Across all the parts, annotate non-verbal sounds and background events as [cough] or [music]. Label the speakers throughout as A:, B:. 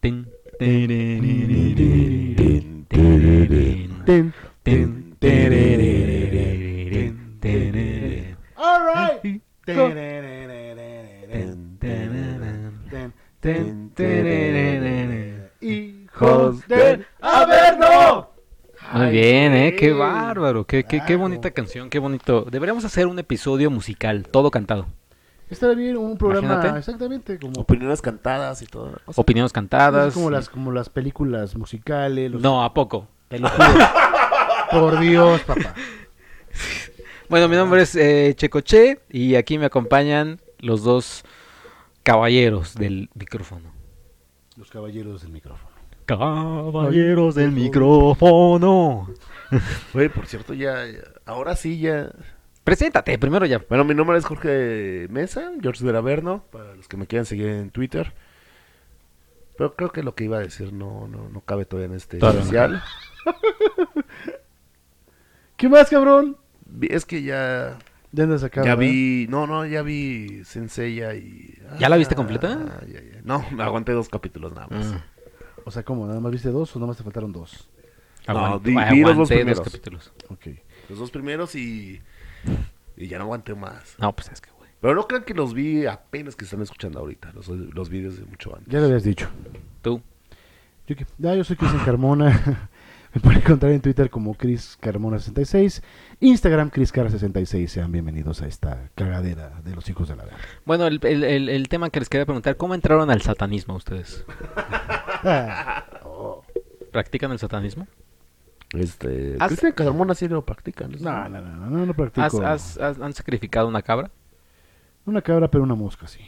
A: Tin, tererererereren, terereren,
B: Ten.
A: tin, tererererereren, terereren,
B: All right.
A: tin, terereren, tin, terereren.
B: Hijos del Averno.
A: Muy bien, ¿eh? Qué
B: sí.
A: bárbaro, qué, qué, qué
B: Claro.
A: bonita canción, qué bonito. Deberíamos hacer un episodio musical, todo cantado.
B: Estaría bien un programa
A: Imagínate.
B: exactamente como,
C: Opiniones cantadas y todo.
A: Opiniones cantadas.
B: como las como las películas musicales, los-
A: No, ¿a poco?
B: te lo juro. Por Dios, papá.
A: Bueno, mi nombre es eh, Checoche y aquí me acompañan los dos caballeros del micrófono.
B: Los caballeros del micrófono.
A: Caballeros del micrófono.
C: Güey, por cierto, ya, ya- Ahora sí, ya.
A: Preséntate primero ya.
C: Bueno, mi nombre es Jorge Mesa, George del Averno, para los que me quieran seguir en Twitter. Pero creo que lo que iba a decir no, no, no cabe todavía en este
A: Todavía no.
C: especial.
B: ¿Qué más, cabrón?
C: Vi- Es que ya.
B: Ya andas acá.
C: Ya
B: ¿verdad?
C: vi. No, no, ya vi Senseiya y.
A: ¿Ya la viste completa? Ah.
C: Ah, ya, ya. No, me aguanté dos capítulos nada más.
B: O sea, ¿cómo? ¿Nada más viste dos o nada más te faltaron dos?
A: Aguant-
C: di- di los dos
A: aguanté
C: primeros.
A: capítulos.
B: Ok.
C: Los dos primeros y. Y ya no aguanté más.
A: No, pues es que, güey.
C: Pero no crean que los vi apenas que están escuchando ahorita. Los, los vi desde mucho antes.
B: Ya lo habías dicho.
A: Tú.
B: Yo, que- ah, yo soy Cristian Carmona. [laughs] Me pueden encontrar en Twitter como Cris Carmona66. Instagram CrisCar66. Sean bienvenidos a esta cagadera de los hijos de la verga. [laughs]
A: Bueno, el, el- el- el tema que les quería preguntar, ¿cómo entraron al satanismo ustedes? ¿Practican el satanismo?
C: Este.
A: Haz-
C: Cristian Carmona sí lo practican.
B: No, no, no, no, no, no
A: ¿Has-
B: practico.
A: has- has- ¿Han sacrificado una cabra?
B: Una cabra, pero una mosca, sí.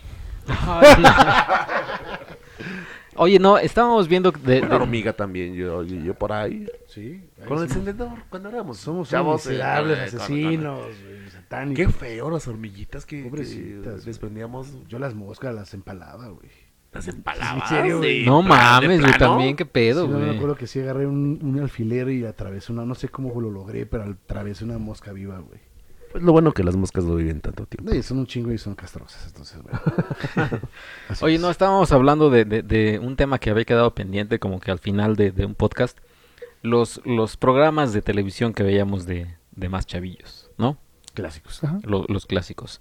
A: Oye, no, estábamos viendo de,
C: Una
A: de-
C: hormiga también, yo, yo, yo por ahí.
B: Sí.
C: Con el encendedor, cuando éramos.
B: Somos unos
C: chavos,
B: miserables,
C: eh, con- con-
B: asesinos, güey,
C: Qué
B: satánicos.
C: feo las hormiguitas que, que
B: Pobrecitas,
C: les prendíamos.
B: Yo las moscas las empalaba, güey.
C: Las empalabas.
B: ¿En serio, güey?
A: No
C: ¿De
A: mames, güey,
C: plano?
A: también, qué pedo,
B: Sí, no, me
A: güey.
B: acuerdo que sí agarré un, un alfiler y atravesé una, no sé cómo lo logré, pero atravesé una mosca viva, güey.
C: Pues lo bueno que las moscas no viven tanto tiempo.
B: No, y son un chingo y son castrosas, entonces,
C: [laughs]
B: bueno. Así
A: Oye,
B: es.
A: no, estábamos hablando de, de- de un tema que había quedado pendiente como que al final de, de un podcast. Los, los programas de televisión que veíamos de, de más chavillos, ¿no?
B: Clásicos. Ajá.
A: Lo- los clásicos.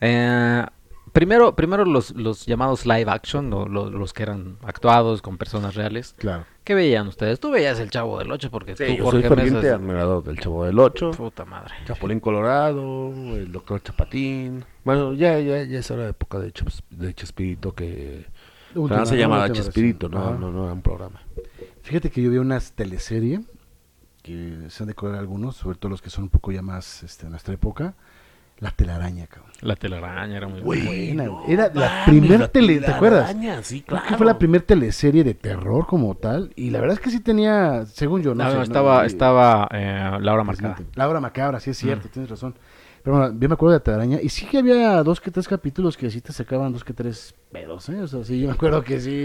A: Eh, primero primero los, los llamados live action, lo- lo- los que eran actuados con personas reales.
B: Claro.
A: ¿Qué veían ustedes? Tú veías El Chavo del Ocho porque tú,
C: Sí, yo soy
A: Jorge
C: ferviente
A: Mesa, es-
C: admirador del Chavo del Ocho,
A: Puta madre.
C: Chapulín Colorado, el Doctor Chapatín. Bueno, ya, ya, ya es hora de época de, Chas- de Chespirito que...
B: Última,
C: no se llamaba
B: última
C: Chespirito,
B: versión.
C: no,
B: Ajá.
C: no, no, era un programa.
B: Fíjate que yo vi unas teleserie que se han de correr algunos, sobre todo los que son un poco ya más este, de nuestra época. La telaraña, cabrón.
A: La telaraña era muy
C: Güey,
A: buena.
B: Buena,
C: no
B: güey. Era la
C: mames,
B: primer
C: la
B: tele, ¿te acuerdas?
C: telaraña, sí,
B: Creo
C: claro.
B: que fue la primera teleserie de terror como tal. Y la verdad es que sí tenía, según yo, no,
A: No,
B: sé,
A: Ah, no,
B: no,
A: estaba,
B: sí.
A: estaba eh, Laura Marcada.
B: La obra macabra, sí es cierto, tienes razón. Pero bueno, yo me acuerdo de la telaraña. Y sí que había dos que tres capítulos que sí te sacaban dos que tres pedos, ¿eh? O sea, sí, yo me acuerdo que sí.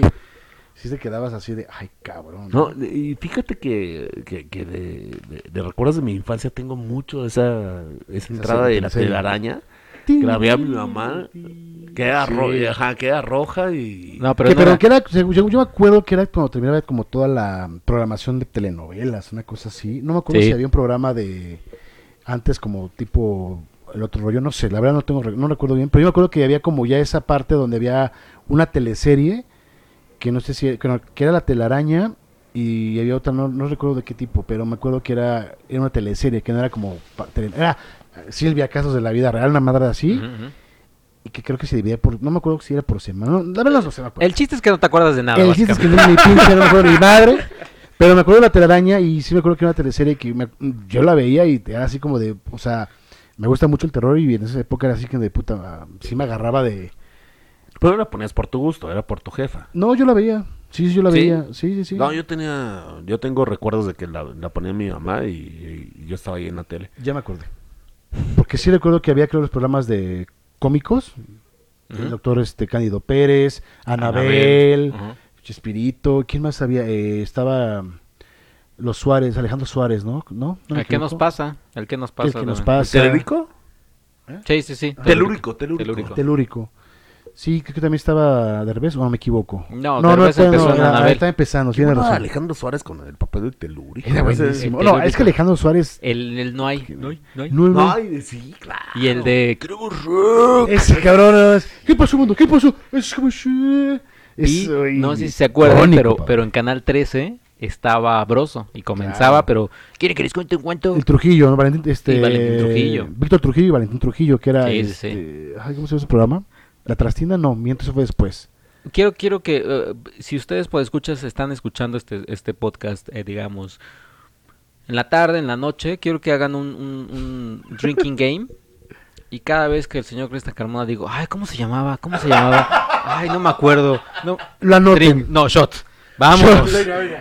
B: Sí te quedabas así de, ay, cabrón.
C: No, y fíjate que, que, que de, de- de recuerdos de mi infancia tengo mucho esa, esa entrada de la
B: serie.
C: telaraña.
B: Tin,
C: Que la veía mi
B: tin,
C: mamá,
B: tin.
C: Que era,
B: Sí.
C: ro- ajá, que era roja y...
A: No, Ah, pero
B: Que,
A: no
B: pero
A: era-
B: que era, según yo, yo me acuerdo que era cuando terminaba como toda la programación de telenovelas, una cosa así. No me acuerdo
A: Sí.
B: si había un programa de antes como tipo el otro rollo, no sé, la verdad no tengo re- no recuerdo bien, pero yo me acuerdo que había como ya esa parte donde había una teleserie que no sé si que, no- que era la telaraña y había otra no, no recuerdo de qué tipo, pero me acuerdo que era era una teleserie que no era como pa- tele- era Silvia Casos de la vida real, una madre así,
A: Ujú, ujú.
B: y que creo que se dividía por no me acuerdo si era por semana, no, la verdad no se me acuerdo.
A: El Pues. chiste es que no te acuerdas de nada.
B: El chiste es que
A: básicamente.
B: no es mi pinche, no me acuerdo de
A: [laughs]
B: mi madre. Pero me acuerdo de la telaraña y sí me acuerdo que era una teleserie que me- yo la veía y era así como de, o sea, me gusta mucho el terror y en esa época era así que de puta, sí me agarraba de...
C: Pero no la ponías por tu gusto, era por tu jefa.
B: No, yo la veía, sí, sí, yo la
A: ¿Sí?
B: veía, sí, sí, sí.
C: No, yo tenía, yo tengo recuerdos de que la, la ponía mi mamá y, y yo estaba ahí en la tele.
B: Ya me acordé. Porque sí recuerdo que había, creo, los programas de cómicos, el doctor este, Cándido Pérez, Anabel,
A: Anabel, ajá.
B: Chespirito, ¿quién más había? Eh, estaba los Suárez, Alejandro Suárez, ¿no? ¿No? ¿No me
A: ¿El qué nos
B: equivoco?
A: pasa? El que nos pasa.
B: El que nos
A: también.
B: pasa.
C: ¿Telerico?
B: ah,
A: Sí, sí, sí.
C: Telúrico, telúrico.
B: Telúrico. Sí, creo que también estaba Derbez, o no me equivoco.
A: No, Derbez empezó en
B: era-
A: Anabel.
B: estaba empezando, sí,
C: ¿Quién
B: tiene
C: era
B: razón.
C: Ah, Alejandro Suárez con el papel de Teluri.
B: Era buenísimo.
A: el
B: No,
A: Telúrico.
B: es que Alejandro Suárez...
A: El, el no hay. No hay, no hay.
B: No, no,
C: Ay, sí, claro.
A: Y el de...
B: ese cabrón es... ¿Qué pasó, mundo? ¿Qué pasó? Es como... "Sí".
A: Y,
B: Es, ay,
A: no sé si se acuerdan,
B: icónico,
A: pero,
B: papá.
A: pero en Canal 13 estaba Broso y comenzaba, pero... ¿Quiere que les cuente un cuento?
B: El Trujillo, ¿no? Valentín, este,
A: Sí, Valentín Trujillo.
B: Víctor Trujillo y Valentín Trujillo, que era...
A: Sí, sí, sí.
B: este, ay, ¿Cómo se llama ese programa? La Trastina, no, mientras eso fue después.
A: Quiero, quiero que, eh, si ustedes por escuchas están escuchando este, este podcast, eh, digamos, en la tarde, en la noche, quiero que hagan un, un- un drinking game. Y cada vez que el señor Cresta Carmona digo, ay, ¿cómo se llamaba? ¿Cómo se llamaba? Ay, no me acuerdo. No,
B: Lo anoten.
A: drink- no, shot. Vamos.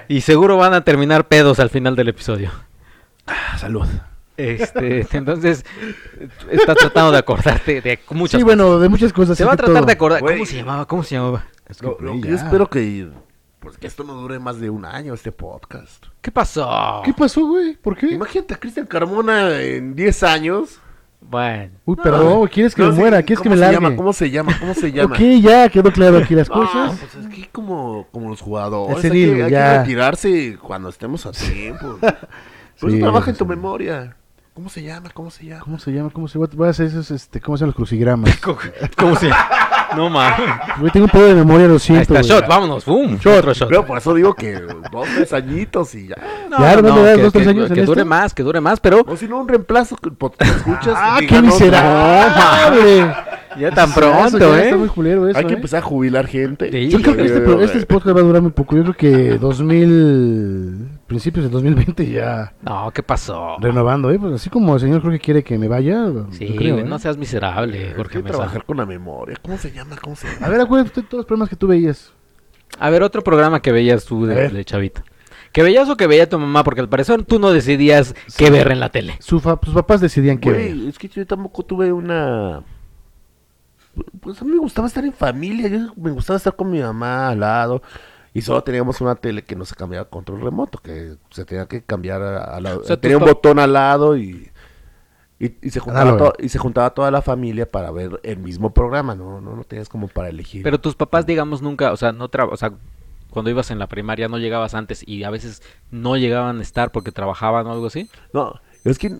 A: Y seguro van a terminar pedos al final del episodio.
B: Ah, salud.
A: Este, entonces, está tratando de acordarte de muchas cosas.
B: sí, bueno, de muchas cosas.
A: Se va a
B: sí,
A: tratar
B: todo.
A: de acordar.
C: Güey.
A: ¿Cómo se llamaba? ¿Cómo se llamaba?
B: Es que,
C: Lo, lo
B: güey,
C: que
B: ya.
C: yo espero que, pues, que esto no dure más de un año, este podcast.
A: ¿Qué pasó?
B: ¿Qué pasó, güey? ¿Por qué?
C: Imagínate a Cristian Carmona en 10 años.
A: Bueno.
B: Uy, perdón, güey, ¿quieres que
C: No
B: me
C: sé,
B: muera? ¿Quieres que
C: ¿cómo
B: me
C: se
B: largue?
C: llama? ¿Cómo se llama? ¿Cómo se llama?
B: ok, ya quedó claro
A: [laughs]
B: aquí las
C: Ah,
B: cosas.
C: pues es que como, como los jugadores,
B: Es
C: hay, que,
B: senil,
C: hay que
B: ya.
C: retirarse cuando estemos a tiempo. Por
B: Sí,
C: eso trabaja en
B: sí.
C: tu memoria. ¿Cómo se llama? ¿Cómo se llama?
B: ¿Cómo se llama? ¿Cómo se llama? Voy a hacer esos, este, ¿cómo se llaman
A: [laughs]
B: los crucigramas?
A: ¿Cómo se No mames.
B: Güey, tengo un poco de memoria, lo
A: Ahí
B: siento,
A: está,
B: güey.
A: shot, vámonos. Boom. Shot, otro shot.
C: Pero por eso digo que dos, tres añitos y ya.
A: No,
B: Ya, ¿no le das
A: que,
B: dos, tres
A: que-
B: años en
A: que dure
B: esto?
A: más, que dure más, pero
C: O si no, un reemplazo que po- que escuchas.
B: ¡Ah,
C: diga,
B: qué
C: no,
B: miserable!
A: [laughs] ya tan
B: Eso
A: pronto,
B: ya
A: ¿eh?
B: Está muy culero eso,
C: Hay que
B: ¿eh?
C: empezar a jubilar gente.
A: Sí.
B: Yo creo que este,
C: Eh,
B: pro- este podcast va a durar muy poco. Yo creo que 2000, principios del 2020 ya
A: No, ¿qué pasó?
B: renovando, ¿eh? Pues así como el señor creo que quiere que me vaya.
A: Sí,
B: yo creo,
A: güey,
B: ¿eh?
A: no seas miserable, Jorge
C: hay que
A: Mesa.
C: trabajar con la memoria. ¿Cómo se llama? ¿Cómo se llama?
B: A ver, acuérdate usted de todos los problemas que tú veías.
A: A ver, otro programa que veías tú
B: A
A: de,
B: ver.
A: de chavito. ¿Que veías o que veía tu mamá? Porque al parecer tú no decidías qué ver en la tele.
B: Su fa- sus papás decidían que veía.
C: Güey, es que yo tampoco tuve una. Pues a mí me gustaba estar en familia. Yo me gustaba estar con mi mamá al lado. Y solo teníamos una tele que no se cambiaba a control remoto, que se tenía que cambiar a, a la-
A: O sea,
C: tenía un
A: tus pap-
C: botón al lado y. Y, y se juntaba
B: Análogo.
C: to- y se juntaba toda la familia para ver el mismo programa, no, no, no tenías como para elegir.
A: Pero tus papás, digamos, nunca, o sea, no tra- o sea, cuando ibas en la primaria no llegabas antes y a veces no llegaban a estar porque trabajaban o algo así.
C: No, es que.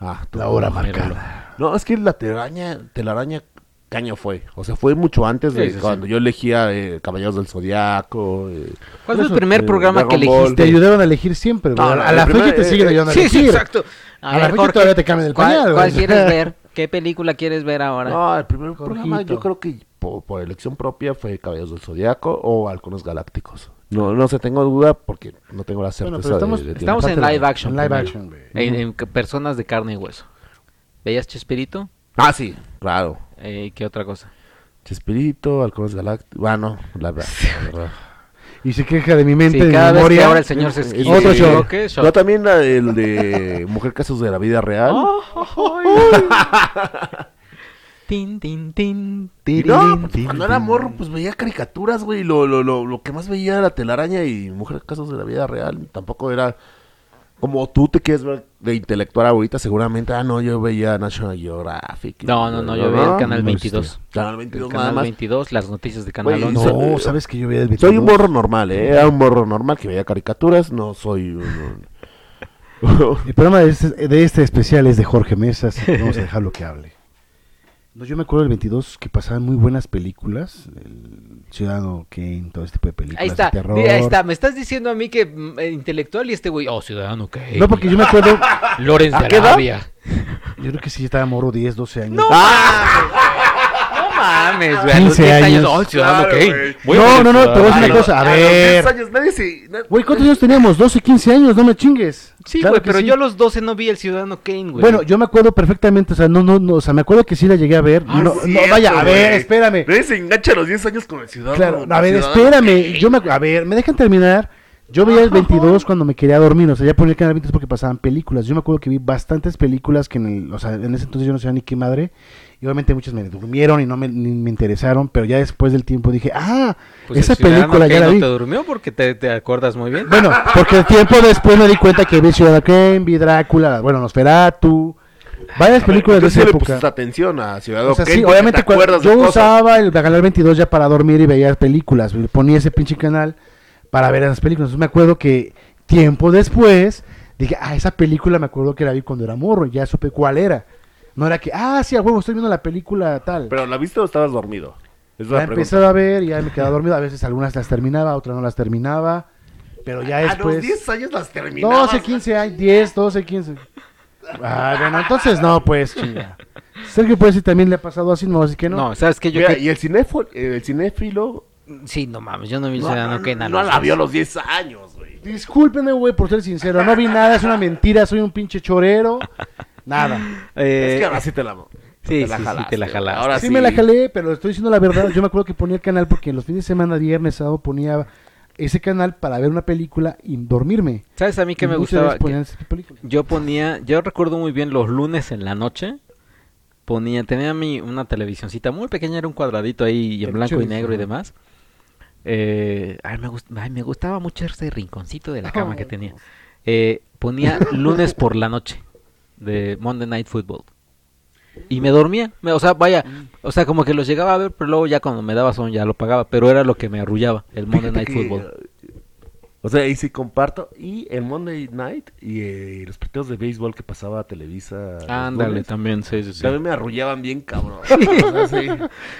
C: Ah, tú-
B: La hora
A: No, míralo.
B: marcada.
C: No, es que la telaraña, telaraña caño fue. O sea, fue mucho antes de
A: Sí, sí, sí.
C: cuando yo elegía eh, Caballeros del Zodiaco. eh.
A: ¿Cuál fue el
B: Eso,
A: primer
C: eh,
A: programa que
C: Dragon Ball.
A: elegiste?
B: Te ayudaban a elegir siempre,
C: No,
B: güey.
C: no,
B: a
C: el
B: la
C: primer-
B: fecha te
C: eh,
B: siguen
C: eh,
B: ayudando a
A: Sí, sí,
B: elegir.
A: exacto.
B: A la fecha todavía te cambian el
A: ¿cuál-
B: pañal,
A: ¿Cuál
B: güey. [laughs]
A: quieres ver? ¿Qué película quieres ver ahora?
C: No, el primer
B: Jorgito.
C: programa yo creo que po- por, elección propia fue Caballeros del Zodiaco o Halcones Galácticos. No, no sé, tengo duda porque no tengo la
B: Bueno,
C: certeza.
B: pero estamos-
C: de- de- de-
A: Estamos en
B: Aparte,
A: live action.
B: en live
A: primero.
B: action, güey.
A: En, en c- personas de carne y hueso. ¿Veías Chespirito?
C: Ah, sí, claro.
A: Eh, ¿Qué otra cosa?
C: Chespirito, Halcones Galácticos. Bueno, la verdad. la verdad.
B: Y se queja de mi mente,
A: Sí,
B: de mi
A: cada vez que
B: memoria.
A: ahora el señor se esquiva.
B: Otro
A: y
B: shot.
A: lo que es shot.
C: No, también la- el de Mujer Casos de la Vida Real.
B: Ah,
A: Tin, tin, tin,
C: Y
A: tiririn,
C: No, pues,
A: tin,
C: cuando era
A: tin.
C: morro, pues veía caricaturas, güey. Lo, lo, lo, lo que más veía era telaraña y mujer casos de la vida real. Tampoco era como tú te quieres ver de intelectual ahorita, seguramente. Ah, no, yo veía National Geographic.
A: No, no, no, yo veía el Canal
B: no,
A: 22.
B: hostia.
C: Canal
A: El
C: 22 nada
A: Canal
C: más.
A: 22, las noticias de Canal
C: Güey,
A: 11.
B: No, sabes que yo veía el
C: Soy un
B: 22?
C: morro normal, ¿eh? Era un morro normal que veía caricaturas. No soy
B: [laughs]
C: un... un-
B: El programa de este, de este especial es de Jorge Mesa, así
A: [laughs]
B: que vamos a dejarlo que hable. No, yo me acuerdo del 22 que pasaban muy buenas películas, el Ciudadano Kane, todo este tipo de películas
A: Ahí está,
B: de terror.
A: mira, ahí está. Me estás diciendo a mí que mm, eh, intelectual y este güey, oh, ciudadano, que
B: No, porque yo me acuerdo,
A: [laughs] Lorenz
C: ¿A
A: de
C: qué edad?
A: Arabia.
B: yo creo que sí estaba morro 10, 12 años.
A: No mames, güey. a los
B: 15
A: 10
B: años.
A: oh, ciudadano,
C: Ah. Claro,
A: Kane.
C: güey.
A: Voy
B: No,
A: ver
B: no, no, te voy a decir
A: Ciudadano
B: una
A: Kane.
B: cosa, a
C: Ah, los
B: ver.
C: 10 años, nadie se- na-
B: Güey, ¿cuántos años teníamos? 12, 15 años, no me chingues.
A: Sí,
B: Claro
A: güey,
B: que
A: pero
B: sí.
A: yo a los 12 no vi el Ciudadano Kane, güey.
B: Bueno, yo me acuerdo perfectamente, o sea, no, no, no, o sea, me acuerdo que sí la llegué a ver.
C: Ah,
B: no,
C: es
B: no,
C: cierto,
B: vaya, a ver,
C: güey.
B: espérame.
C: Nadie se engancha a los 10 años con el ciudadano.
B: Claro, a ver,
C: Ciudadano.
B: espérame, yo me, a ver, me dejan terminar. Yo veía el 22 cuando me quería dormir, o sea, ya ponía el canal 22 porque pasaban películas. Yo me acuerdo que vi bastantes películas que en, el- o sea, en ese entonces yo no sabía ni qué madre. Y obviamente muchas me durmieron y no me, ni me interesaron, pero ya después del tiempo dije, ah,
A: Pues el
B: esa
A: Ciudadano
B: película ya
A: Kane
B: la
A: no
B: vi.
A: te durmió porque te, te acuerdas muy bien.
B: Bueno, porque el tiempo después me di cuenta que vi Ciudadano Kane, vi Drácula, bueno, Nosferatu, Varias películas de
C: Entonces
B: esa
C: sí le
B: época.
C: pusiste atención a Ciudad
B: O sea,
C: Oquendo,
B: sí,
C: que
B: obviamente
C: te
B: cuando-
C: acuerdas de
B: yo
C: cosas.
B: usaba el Canal 22 ya para dormir y veía películas. güey. Ponía ese pinche canal para ver esas películas. Entonces me acuerdo que tiempo después dije, ah, esa película me acuerdo que la vi cuando era morro. Ya supe cuál era. No era que, ah, sí, a huevo, estoy viendo la película tal.
C: Pero la viste o estabas dormido. Es
B: la
C: la pregunta.
B: empezaba a ver y ya me quedaba dormido. A veces algunas las terminaba, otras no las terminaba. Pero ya
C: A los
B: después...
C: 10 años las terminabas.
B: 12, 15 hay 10, 12, 15. Ah, bueno, entonces no, pues, chinga. Sergio puede decir también le ha pasado así, no voy a decir que no.
A: No, ¿sabes qué? Yo
C: Mira,
A: que-
C: y el cinéfilo, el cinéfilo
A: Sí, no mames, yo no vi
C: no,
A: Ciudadano
C: no,
A: Kane a
C: no
A: los
C: la
A: seis.
C: vio a los 10 años, güey.
B: Discúlpeme, güey, por ser sincero. No vi nada, es una mentira, soy un pinche chorero. Nada.
A: Eh,
C: es que ahora sí te la sí,
A: sí, sí, sí, te la
C: güey.
A: jalaste.
C: Ahora
B: sí, me la jalé, pero estoy diciendo la verdad. Yo me acuerdo que ponía el canal porque en los fines de semana, viernes, sábado, ponía ese canal para ver una película y dormirme.
A: ¿Sabes a mí que
B: Y
A: me
B: muchas
A: gustaba?
B: veces ponían esas películas.
A: Que yo ponía, yo recuerdo muy bien los lunes en la noche. Ponía, tenía mi, una televisioncita muy pequeña, era un cuadradito ahí en blanco y
B: Televisiones,
A: negro y
B: ajá.
A: demás. Eh, ay, me gust- ay, me gustaba mucho ese rinconcito de la cama
C: Oh.
A: que tenía. Eh, ponía lunes por la noche de Monday Night Football. Y me dormía, me- o sea, vaya, o sea, como que los llegaba a ver, pero luego ya cuando me daba son ya lo pagaba, pero era lo que me arrullaba, el Monday
C: Fíjate
A: Night
C: que,
A: Football.
C: eh, O sea, ahí sí comparto. Y el Monday Night y eh, los partidos de béisbol que pasaba a Televisa. los
A: Ándale,
C: lunes,
A: también, sí, sí, sí.
C: También me arrullaban bien, cabrón. O sea, sí.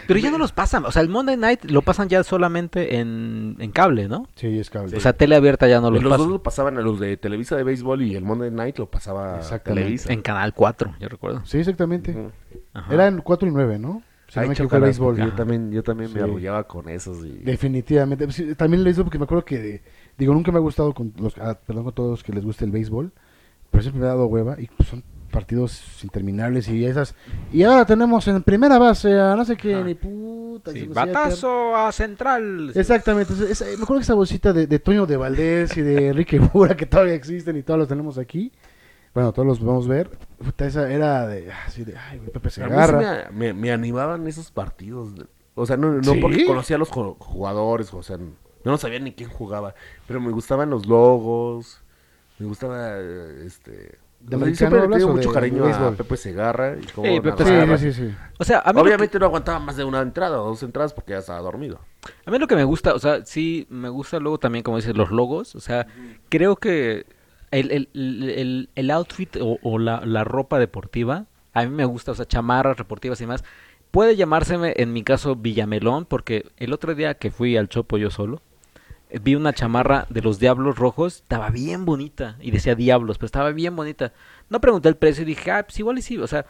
A: Pero ya no los pasan, o sea, el Monday Night lo pasan ya solamente en, en cable, ¿no?
B: Sí, es cable.
A: O sea, tele abierta ya no
C: Los,
A: los,
C: dos
A: pasan.
C: lo pasaban a los de Televisa de béisbol y el Monday Night lo pasaba a
B: Exactamente.
C: Televisa.
A: En Canal 4, yo recuerdo.
B: Sí, exactamente.
C: Ujú.
A: Ajá.
B: Eran 4 y 9, ¿no? Si no
C: Ay,
B: me equivoco, el
C: chócalas,
B: béisbol.
C: porque Yo también, yo también me
B: Sí.
C: arrullaba con esos. Y...
B: Definitivamente. Sí, También le hizo porque me acuerdo que, de- digo, nunca me ha gustado, con los, ah, perdón, con todos los que les gusta el béisbol, pero siempre me ha dado hueva y pues, son partidos interminables y esas. Y ahora tenemos en primera base a no sé quién
C: Ah.
A: Ajá.
B: y puta.
A: Sí,
B: y no sé,
A: batazo a central.
B: ya- Exactamente. entonces, esa- me acuerdo que esa bolsita de, de Toño de Valdés y de Enrique [laughs] Bura que todavía existen y todos los tenemos aquí. Bueno, todos los podemos ver. Puta, esa era de, así de, ay, güey, Pepe se
C: A mí sí
B: agarra.
C: me, me- me animaban esos partidos. de- O sea, no, no
B: ¿Sí?
C: porque conocía a los jo- jugadores, o sea, no, no sabía ni quién jugaba, pero me gustaban los logos, me gustaba, eh, este...
B: ¿De
C: o sea, yo
B: americano
C: siempre le
B: hablas
C: tengo
B: o
C: mucho
B: de
C: cariño a
B: béisbol?
C: Pepe Segarra y cómo
A: Sí, Pepe
B: Sí,
C: narraba.
B: sí, sí, sí.
A: O sea, a mí, lo que,
C: Obviamente no aguantaba más de una entrada o dos entradas porque ya estaba dormido.
A: a mí lo que me gusta, o sea, sí, me gusta luego también, como dices, los logos. O sea, creo que el, el, el- el- el outfit o, o la, la ropa deportiva, a mí me gusta, o sea, chamarras deportivas y más. Puede llamárseme, en mi caso, Villamelón, porque el otro día que fui al Chopo yo solo, eh, vi una chamarra de los Diablos Rojos, estaba bien bonita, y decía Diablos, pero estaba bien bonita. No pregunté el precio y dije, ah, pues igual y sí, o sea,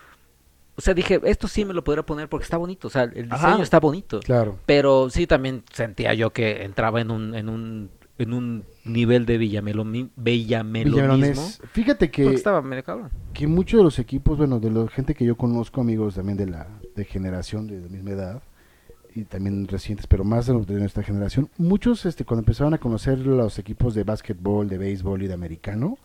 A: o sea, dije, esto sí me lo podría poner porque está bonito, o sea, el diseño
C: Ajá.
A: está bonito.
B: Claro.
A: Pero sí también sentía yo que entraba en un, en un, en un nivel de villameloni- villamelonismo.
B: Villamelonés. Fíjate que...
A: Porque estaba medio cabrón.
B: que muchos de los equipos, bueno, de la gente que yo conozco, amigos también de la de generación de la misma edad y también recientes, pero más de, los de nuestra generación, muchos este cuando empezaban a conocer los equipos de básquetbol, de béisbol y de americano,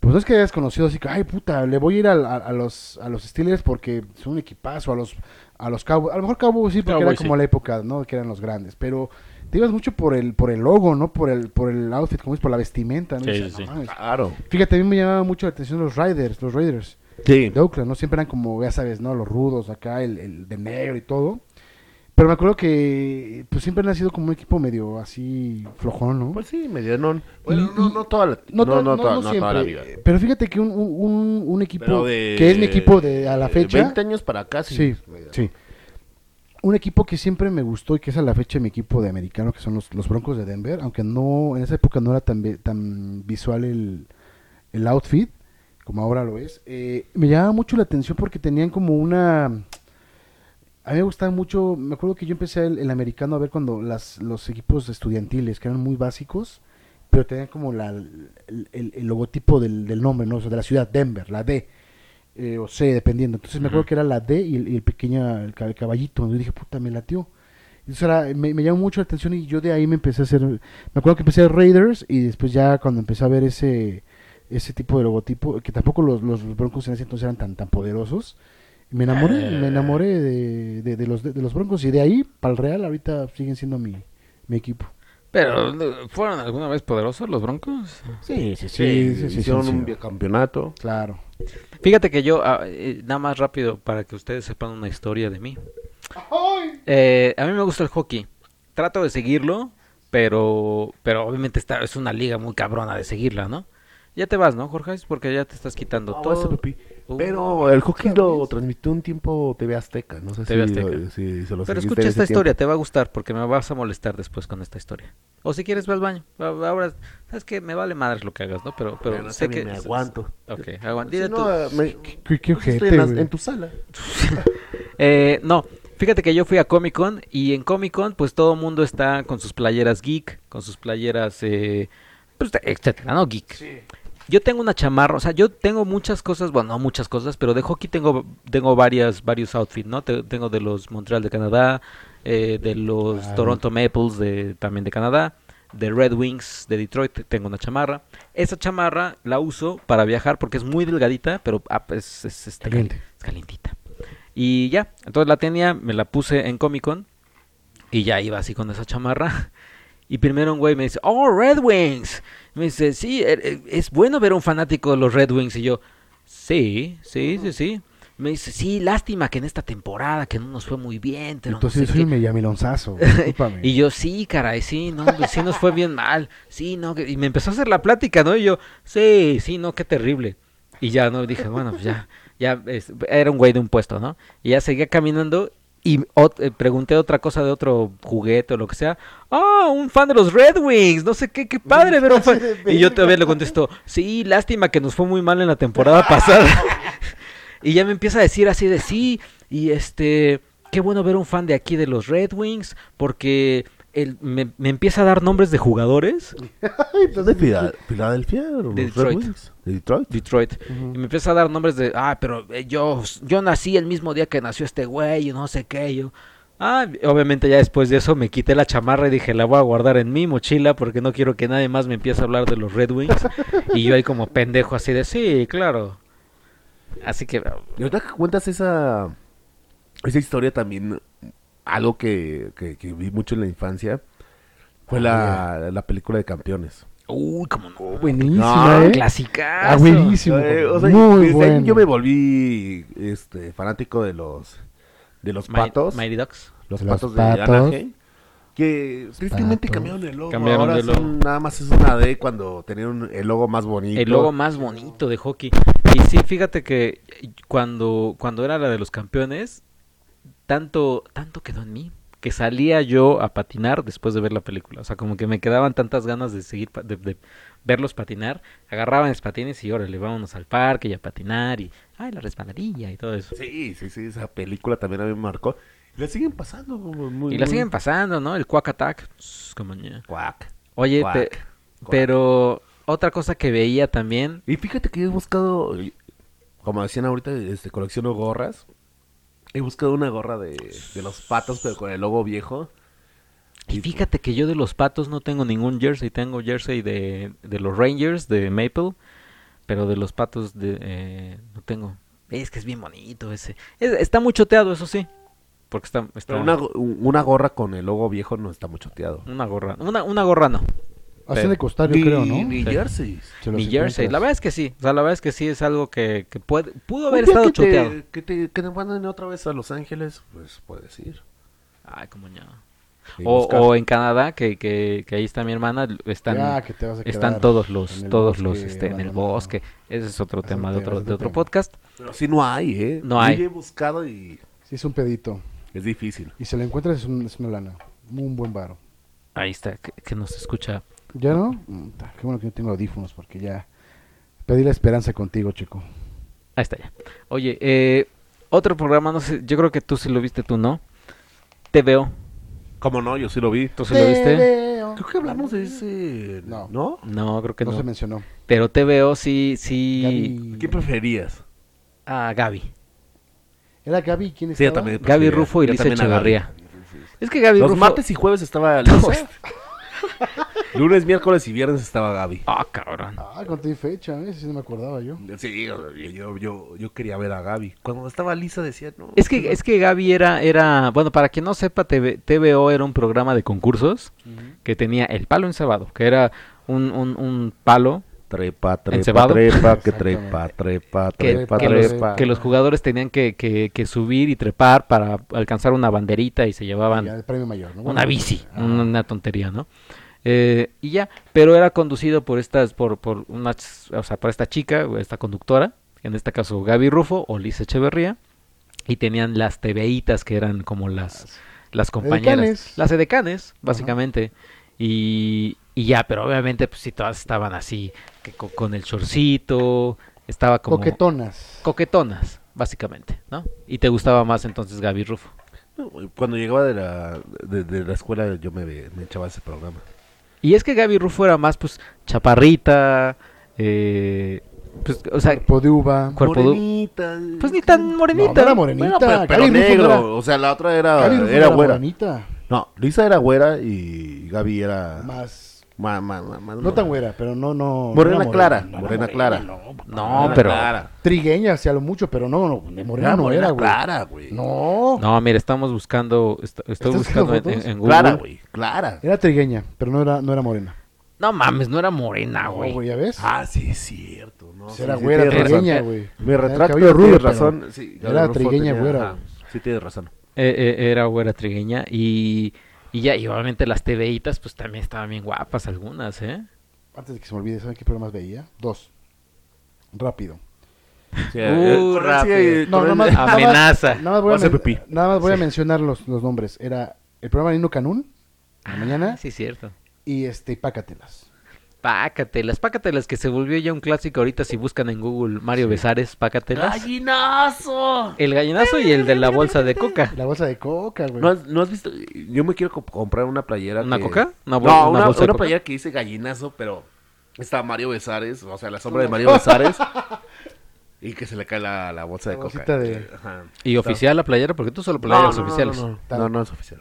B: pues no es que hayas conocido así que, ay puta, le voy a ir al- a, a los a los Steelers porque son un equipazo, a los a los Cowboys, a lo mejor Cowboys sí porque
A: Cowboys,
B: era como
A: sí.
B: la época, ¿no? Que eran los grandes, pero te ibas mucho por el por el logo, ¿no? Por el por el outfit, como es por la vestimenta, ¿no?
A: Sí,
B: Y dices,
A: sí,
B: "No
A: sí.
B: mames".
C: Claro.
B: Fíjate, a mí me llamaba mucho la atención los Raiders, los Raiders
C: Sí.
B: de Oakland, ¿no? Siempre eran como, ya sabes, ¿no? Los rudos acá, el, el de negro y todo. Pero me acuerdo que, pues siempre han sido como un equipo medio así flojón, ¿no?
C: Pues sí, medianón. Bueno,
B: Y-
C: no,
B: y-
C: no toda la, no,
B: to-
C: no, toda, no toda la vida.
B: siempre, Pero fíjate que un, un- un equipo,
C: Pero de-
B: que es mi equipo de, a la
C: de
B: fecha.
C: 20 años para acá, sí.
B: Sí,
C: medianón.
B: sí. Un equipo que siempre me gustó y que es a la fecha mi equipo de americano, que son los, los Broncos de Denver, aunque no en esa época no era tan, vi- tan visual el, el outfit como ahora lo es, eh, me llamaba mucho la atención porque tenían como una... A mí me gustaba mucho, me acuerdo que yo empecé el, el americano a ver cuando las, los equipos estudiantiles, que eran muy básicos, pero tenían como la, el, el- el logotipo del, del nombre, ¿no? O sea, de la ciudad, Denver, la D eh, o C, dependiendo. Entonces me acuerdo
A: Ujú.
B: que era la D y el, y el pequeño el, ca- el caballito. Y dije, puta, me latió. Entonces era- me, me llamó mucho la atención y yo de ahí me empecé a hacer. Me acuerdo que empecé a Raiders y después ya cuando empecé a ver ese ese tipo de logotipo, que tampoco los, los Broncos en ese entonces eran tan tan poderosos. Me enamoré,
C: Eh.
B: me enamoré de, de- de los, de, los Broncos y de ahí para el Real ahorita siguen siendo mi, mi equipo.
A: Pero, ¿no- ¿fueron alguna vez poderosos los Broncos?
C: Sí, sí, sí.
B: sí, sí, sí,
C: hicieron
B: sí.
C: un bicampeonato.
B: Claro.
A: Fíjate que yo, ah, eh, nada más rápido para que ustedes sepan una historia de mí. Eh, a mí me gusta el hockey. Trato de seguirlo, pero, pero obviamente esta es una liga muy cabrona de seguirla, ¿no? Ya te vas, ¿no, Jorge? Es Porque ya te estás quitando
C: No, ese
A: todo.
C: Lupi.
A: Uh,
C: Pero el hockey lo transmitió un tiempo TV Azteca. No sé
A: TV
C: si,
A: Azteca.
C: lo- si se lo
A: Pero
C: seguiste
A: escucha
C: en
A: esta
C: ese
A: historia, te va a gustar porque me vas a molestar después con esta historia. O si quieres, ve al baño. A- Ahora, sabes que me vale madres lo que hagas, ¿no? Pero, pero
C: Bueno,
A: sé
C: está
A: que.
C: bien, me aguanto.
A: Ok,
C: tiempo.
A: aguanta.
C: Si
A: Dile tú.
C: no, eh, me-
B: Qué- qué
C: Pues estoy en
B: ojete,
C: la- en,
B: güey.
C: tu sala.
A: Eh, no, fíjate que yo fui a Comic Con y en Comic Con pues todo mundo está con sus playeras geek, con sus playeras, eh, pues, de- etcétera, ¿no? Geek. Yo tengo una chamarra, o sea, yo tengo muchas cosas, bueno, no muchas cosas, pero de hockey tengo, tengo varias, varios outfits, ¿no? Te- tengo de los Montreal de Canadá, eh, de los
B: Claro.
A: Toronto Maples de, también de Canadá, de Red Wings de Detroit tengo una chamarra. Esa chamarra la uso para viajar porque es muy delgadita, pero ah, pues, es, este,
B: Caliente.
A: es calientita. Y ya, entonces la tenía, me la puse en Comic Con y ya iba así con esa chamarra. [laughs] Y primero un güey me dice, oh, Red Wings. Me dice, sí, e- e- es bueno ver a un fanático de los Red Wings. Y yo, sí, sí, sí, sí. Me dice, sí, lástima que en esta temporada que no nos fue muy bien. Pero no
B: Entonces
A: sé
C: [laughs]
B: soy
A: qué".
B: un mellamilonzazo. Discúlpame.
A: Y yo, sí, caray, sí, no, pues, sí nos fue bien mal, sí, no, que- y me empezó a hacer la plática, ¿no? Y yo, sí, sí, no, qué terrible. Y ya, no, dije, bueno, pues ya, ya, es- era un güey de un puesto, ¿no? Y ya seguía caminando y ot- eh, pregunté otra cosa de otro juguete o lo que sea. Ah, un fan de los Red Wings, no sé qué, qué padre, pero fan. Y yo todavía le contesto, sí, lástima que nos fue muy mal en la temporada pasada. Y ya me empieza a decir así de sí, y este, qué bueno ver un fan de aquí de los Red Wings, porque él me, me empieza a dar nombres de jugadores,
C: ¿Estás pues, de Fila- Filadelfia? los Red
A: Detroit.
C: Wings? ¿De Detroit?
A: Detroit, y me empieza a dar nombres de, ah, pero eh, yo, yo nací el mismo día que nació este güey, y no sé qué, yo. Ah, obviamente ya después de eso me quité la chamarra y dije, la voy a guardar en mi mochila porque no quiero que nadie más me empiece a hablar de los Red Wings. y yo ahí como pendejo así de, sí, claro. Así que,
C: Y ahorita que cuentas esa, esa historia también, algo que, que- que vi mucho en la infancia,
B: Ah,
C: fue la, la película de campeones.
A: uy, como no.
B: Buenísima,
A: Ah,
B: ¿eh?
A: clasicazo.
B: Ah, buenísimo.
C: Eh, o sea,
B: Muy
C: desde ahí
B: bueno.
C: yo me volví este, fanático de los, de los
A: Mi-
C: patos,
A: Mighty Ducks.
C: los,
B: Los
C: patos,
B: patos.
C: de Anaheim. Que tristemente
B: Patos.
C: cambiaron el logo.
A: Cambiaron
C: Ahora
A: de logo.
C: son- nada más es una D cuando tenían el logo más bonito.
A: El logo más bonito de hockey. Y sí, fíjate que cuando, cuando era la de los campeones, tanto, tanto quedó en mí que salía yo a patinar después de ver la película. O sea, como que me quedaban tantas ganas de seguir, pa- de, de verlos patinar. Agarraban mis patines y órale, vámonos al parque y a patinar y, ay, la resbaladilla y todo eso.
C: Sí, sí, sí, esa película también a mí me marcó. Y la siguen pasando. muy-
A: y la
C: muy-
A: siguen pasando, ¿no? El Quack Attack. Tss, como ña.
C: Cuac.
A: Oye,
C: Cuac,
A: pe-
C: cuac.
A: pero otra cosa que veía también
C: Y fíjate que he buscado, y- como decían ahorita, este, colecciono gorras. He buscado una gorra de, de los patos, pero con el logo viejo.
A: Y fíjate que yo de los patos no tengo ningún jersey, tengo jersey de, de los Rangers, de Maple, pero de los patos de, eh, no tengo. Es que es bien bonito ese. Es- está muy choteado, eso sí. Porque está, está
C: Pero una, go- una gorra con el logo viejo no está muchoteado.
A: una gorra. Una, una gorra no.
B: Mm. Así de costar, yo
C: Ni-
B: creo, ¿no?
C: ni
A: Sí.
C: jerseys.
B: Se los
A: Mi jersey.
B: encuentras.
A: La verdad es que sí. O sea, la verdad es que sí es algo que, que puede, pudo haber
C: Un día
A: estado
C: que te-
A: choteado.
C: que, te, que te manden otra vez a Los Ángeles, pues puedes ir.
A: Ay, como ya.
C: Y
A: O,
C: buscar.
A: o en Canadá, que, que, que ahí está mi hermana, l- están,
B: Ya, que te vas a
A: están
B: quedar
A: todos los,
B: en el
A: todos los,
B: bosque
A: este, en el
B: abandonado.
A: bosque. Ese es otro
B: Ese
A: tema de
B: tema,
A: otro,
B: ese
A: de otro
B: tema.
A: podcast.
C: Pero sí no hay, ¿eh?
A: No
C: Yo
A: hay.
C: ya he buscado y
B: Sí, es un pedito.
C: es difícil.
B: Y si lo encuentras es, un- es una lana. Un buen varo.
A: Ahí está, que, que nos escucha.
B: ¿Ya no? Mm, ta, Qué bueno que no tengo audífonos porque ya pedí la esperanza contigo, chico.
A: Ahí está ya. Oye, eh, otro programa, no sé, yo creo que tú sí lo viste, tú no. Te veo.
C: ¿Cómo no? Yo sí lo vi.
A: ¿Tú sí lo viste?
C: Creo que hablamos de ese...
B: No.
C: ¿No?
A: No, creo que
B: No,
A: no.
B: se mencionó.
A: Pero te veo, sí, sí.
B: Gaby-
C: ¿Qué preferías?
A: Ah, Gaby.
B: ¿Era Gaby? ¿Quién
C: Sí, yo
B: estaba?
C: también.
A: Gaby
C: prefería.
A: Rufo y
C: Yo
A: Lisa
C: también a Gaby.
A: Echeverría. Es que Gaby
C: Los
A: Rufo-
C: martes y jueves estaba Lisa. [laughs] Lunes, miércoles y viernes estaba Gaby.
A: Ah, cabrón.
B: Ah, conté fecha, ¿eh? Sí, no me acordaba yo.
C: Sí, yo, yo, yo, yo quería ver a Gaby. Cuando estaba Lisa decía, no.
A: Es que, es que Gaby era, era, bueno, para quien no sepa, TV, TVO era un programa de concursos que tenía el palo encebado, que era un, un, un palo
C: Trepa, trepa,
A: Encebado.
C: trepa, que
B: Exactamente.
C: trepa, trepa,
A: que,
C: trepa,
A: que los,
C: trepa.
A: que los jugadores tenían que, que- que subir y trepar para alcanzar una banderita y se llevaban
B: Ya, el premio mayor, ¿no?
A: una
B: Bueno,
A: bici,
B: ah,
A: una, una tontería, ¿no? Eh, y ya, pero era conducido por estas, por, por una, ch- o sea, por esta chica, o esta conductora, en este caso Gaby Rufo o Liz Echeverría, y tenían las TVitas que eran como las, las compañeras,
B: Edecanes.
A: las edecanes, básicamente, y, y ya, pero obviamente pues sí todas estaban así, que co- con, el chorcito, estaba como
B: Coquetonas.
A: coquetonas, básicamente, ¿no? Y te gustaba más entonces Gaby Rufo.
C: Cuando llegaba de la, de, de la escuela yo me, ve- me echaba ese programa.
A: Y es que Gaby Rufo era más, pues, chaparrita, eh, pues, o sea,
B: Cuerpo de uva.
A: Cuerpo du-
C: morenita.
A: pues ni tan
B: No, no
A: morenita.
B: era
A: ¿no?
B: morenita.
C: Bueno, pero, pero
B: Gaby Rufo
C: negro.
B: no era-
C: O sea, la otra era,
B: Gaby Rufo
C: Ah, era güera.
B: morenita,
C: No, Lisa era güera y Gaby era...
B: Más.
C: ma- ma- ma- más
B: No tan güera, pero no, no. no
C: Morena
B: era
C: clara,
B: no era
C: morena clara.
B: no, papá.
A: No, pero...
C: Clara.
B: Trigueña, hacía lo mucho, pero no, no, de morena no era, güey.
C: Clara, güey.
B: No.
A: No, mira, estamos buscando, est- estoy
B: ¿Estás
A: buscando en,
B: buscando
A: en- en Google.
C: Clara, güey. Clara.
B: Era trigueña, pero no era, no era morena.
A: No mames, no era morena,
B: No,
A: güey.
B: güey, ¿ya ves?
C: Ah, sí, es cierto. No,
B: Pues
C: sí,
B: era
C: sí,
B: güera,
C: tienes
B: trigueña,
A: razón.
B: güey.
C: Me retracto,
B: Cabello
C: tienes
B: rubio, pero
C: razón. sí, Gabriel
B: era
C: Rufo
B: trigueña
C: tenía-
B: güera,
C: ajá,
B: güey.
C: Sí, tienes razón.
A: Eh, eh, era güera trigueña y, y ya, y obviamente las TVitas, pues también estaban bien guapas algunas, ¿eh?
B: Antes de que se me olvide, ¿saben qué programas veía? Dos. Rápido.
A: Uh,
C: Sí, eh, con
A: rápido.
C: él sí,
B: No,
C: con
B: nada
C: él-
B: más, nada más-
A: Amenaza.
B: Nada más voy a,
C: Voy a hacer
B: men-
C: pipí.
B: nada más voy a mencionar los, los nombres. Era el programa de Nino Canún, en la mañana,
A: Ah, Sí, cierto.
B: y este, Pácatelas.
A: Pácatelas, pácatelas, que se volvió ya un clásico ahorita si buscan en Google Mario Besares, pácatelas.
C: ¡Gallinazo!
A: El gallinazo y el de la bolsa de coca.
B: La bolsa de coca, güey.
C: ¿No has, no has visto? Yo me quiero co- comprar una playera.
A: ¿Una
C: que-
A: coca? ¿Una
C: No,
A: bol-
C: una,
A: una bolsa de
C: una
A: coca?
C: playera que dice gallinazo, pero está Mario Besares, o sea, la sombra de Mario Besares. y que se le cae la, la bolsa de
B: La
C: coca.
B: bolsita de-
C: Ajá.
A: Y oficial la playera, porque tú solo playeras oficiales.
C: No, no, no, no es oficial.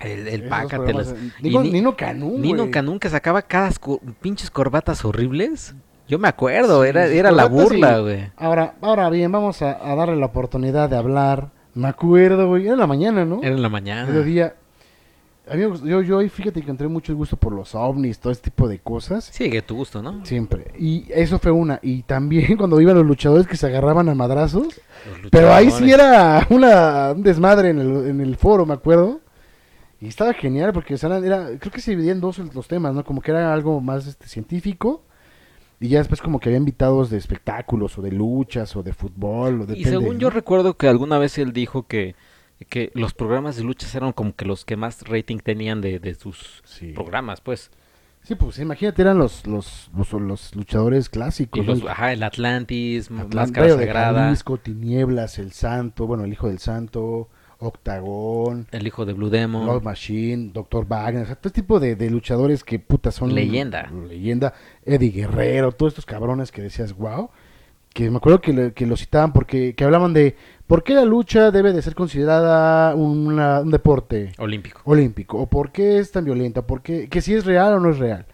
A: El,
B: Esos
A: el
B: programas
A: pácatelas.
B: de-
A: Y
B: Digo,
A: ni-
B: Nino Canún,
A: Nino
B: güey.
A: Canún que sacaba cada co- pinches corbatas horribles. Yo me acuerdo, era,
B: Sí,
A: era la
B: correcto,
A: burla,
B: sí.
A: güey.
B: Ahora, ahora bien, vamos a, a darle la oportunidad de hablar. Me acuerdo, güey. Era en la mañana, ¿no?
A: Era en la mañana.
B: Mediodía. A mí me gustó- yo, yo ahí fíjate que entré mucho gusto por los ovnis, todo este tipo de cosas.
A: Sigue tu gusto, ¿no?
B: Siempre. Y eso fue una. Y también [laughs] cuando iban los luchadores que se agarraban a madrazos.
A: Los
B: Pero ahí sí
A: luchadores.
B: era una, un desmadre en el, en el foro, me acuerdo. Y estaba genial porque o sea, era, creo que se dividían dos los temas, ¿no? Como que era algo más este, científico. Y ya después como que había invitados de espectáculos o de luchas o de fútbol. O
A: Y
B: depende,
A: según yo
B: ¿no?
A: recuerdo que alguna vez él dijo que, que los programas de luchas eran como que los que más rating tenían de, de sus
C: Sí.
A: programas, pues.
B: Sí, pues imagínate, eran los, los, los, los luchadores
A: Y
B: clásicos. ¿no?
A: los, ajá, el Atlantis, M-
B: Atlan-
A: Máscara
B: Rayo de
A: Sagrada,
B: Jalisco, Tinieblas, El Santo, bueno, El Hijo del Santo, Octagón,
A: el hijo de Blue Demon.
B: Love Machine, Doctor Wagner, o sea, todo este tipo de, de luchadores que puta son.
A: Leyenda.
B: Leyenda. Eddie Guerrero, todos estos cabrones que decías, wow. Que me acuerdo que, le- que lo citaban porque que hablaban de por qué la lucha debe de ser considerada una- un deporte
A: Olímpico.
B: olímpico, o por qué es tan violenta, por qué, que si es real o no es real.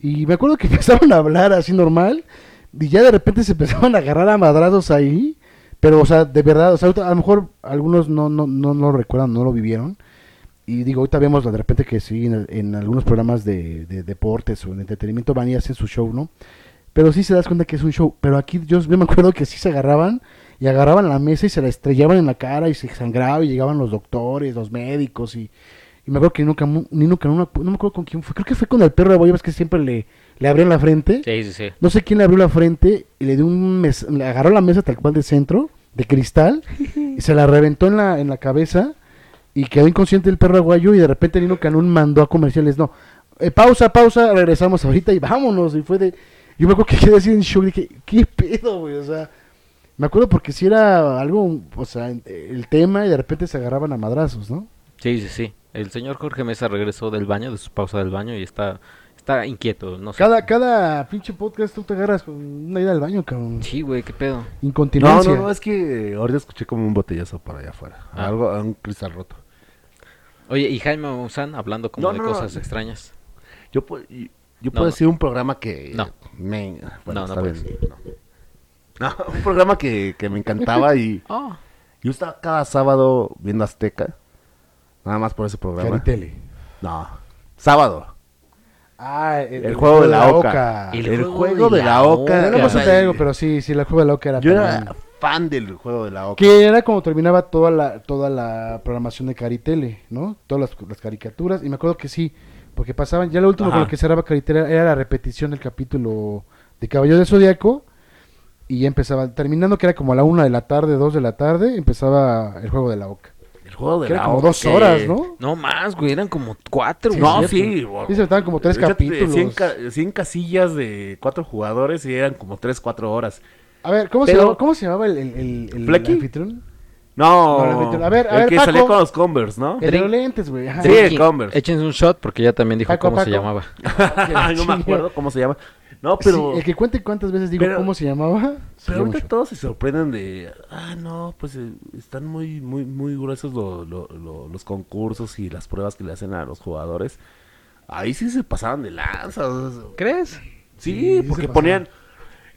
B: Y me acuerdo que [laughs] empezaron a hablar así normal, y ya de repente se empezaban a agarrar a madrazos ahí, pero, o sea, de verdad, o sea, ahorita- a lo mejor algunos no, no, no, no lo recuerdan, no lo vivieron, y digo, ahorita vemos de repente que sí, en, el- en algunos programas de, de deportes o de entretenimiento van y hacen su show, ¿no? Pero sí se das cuenta que es un show, pero aquí yo, yo me acuerdo que sí se agarraban, y agarraban la mesa y se la estrellaban en la cara y se sangraba y llegaban los doctores, los médicos y... Y me acuerdo que nunca, nunca, no me acuerdo con quién fue. Creo que fue con el perro de Boyabas que siempre le, le abrían la frente.
A: Sí, sí, sí.
B: No sé quién le abrió la frente y le dio un mes- le agarró la mesa tal cual de centro, de cristal, y se la reventó en la, en la cabeza y quedó inconsciente el perro aguayo y de repente Nino Canún mandó a comerciales, no, eh, pausa, pausa, regresamos ahorita y vámonos. Y fue de, yo me acuerdo que [laughs] quedé así en shock, dije, ¿qué pedo, güey? O sea, me acuerdo porque si era algo, o sea, eh, el tema y de repente se agarraban a madrazos, ¿no?
A: Sí, sí, sí. El señor Jorge Mesa regresó del baño, de su pausa del baño, y está, está inquieto. No sé.
B: Cada, cada pinche podcast tú te agarras con una ida al baño, cabrón.
A: Sí, güey, qué pedo.
C: No,
B: Incontinencia.
C: no, no, es que ahorita escuché como un botellazo para allá afuera.
A: Ah.
C: Algo, un cristal roto.
A: Oye, y Jaime Maussan hablando como
C: No,
A: de
C: no, no,
A: cosas
C: no.
A: extrañas.
C: Yo, pu- y- yo
A: No,
C: puedo
A: no.
C: decir un programa que...
A: No.
C: Me, bueno,
A: No, no
C: está
A: puedes.
C: bien, no. No, [laughs] un programa que, que me encantaba y
A: Oh.
C: yo estaba cada sábado viendo Azteca. Nada más por ese programa.
B: Caritele.
C: No. Sábado.
B: Ah, el,
C: El juego de la oca.
A: El
C: El,
A: juego
C: juego
A: de
C: de
A: la
C: la oca.
A: oca.
B: Pero no
A: Caray.
B: pasa algo, pero sí, sí, el juego de la oca era.
C: Yo
B: para mí.
C: era fan del juego de la oca.
B: Que era como terminaba toda la, toda la programación de Caritele, ¿no? Todas las, las caricaturas. Y me acuerdo que sí, porque pasaban, ya lo último con
C: Ajá.
B: lo que cerraba Caritele era la repetición del capítulo de Caballero del Zodíaco. Y ya empezaba, terminando que era como a la una de la tarde, dos de la tarde, empezaba el juego de la oca.
C: El juego de
B: Que
C: la
B: era como
C: oca.
B: dos horas, ¿no?
A: No más, güey, eran como cuatro, güey.
C: No,
B: es cierto.
C: sí. bueno.
B: Y se aventaban como tres
C: Échate
B: capítulos.
C: 100, ca- 100 casillas de cuatro jugadores y eran como 3, 4 horas.
B: A ver, ¿cómo, se
C: Pero-
B: llamaba, ¿cómo se llamaba el, el, el, el
C: ¿Flecky?
B: anfitrión?
C: No,
B: No, no, no, no. A ver, a
C: el
B: ver,
C: que
B: Paco.
C: salió con los Converse, ¿no?
B: El
C: [laughs]
B: de
A: Drink.
B: los lentes, güey. ajá.
C: Ah. Sí, el Converse.
A: Échense un shot porque ya también dijo
B: Paco,
A: cómo se
B: Paco.
A: llamaba.
C: Ay, no me acuerdo cómo se llama. No, pero,
B: Sí, el que cuente cuántas veces digo
C: pero-
B: cómo se llamaba. se llama
C: pero ahorita
B: mucho.
C: todos se sorprenden de, ah, no, pues eh, están muy, muy, muy gruesos lo- lo- lo- los concursos y las pruebas que le hacen a los jugadores. Ahí sí se pasaban de lanzas.
A: ¿Crees?
B: Sí,
C: Sí,
B: sí se
C: porque
B: pasaban.
C: ponían,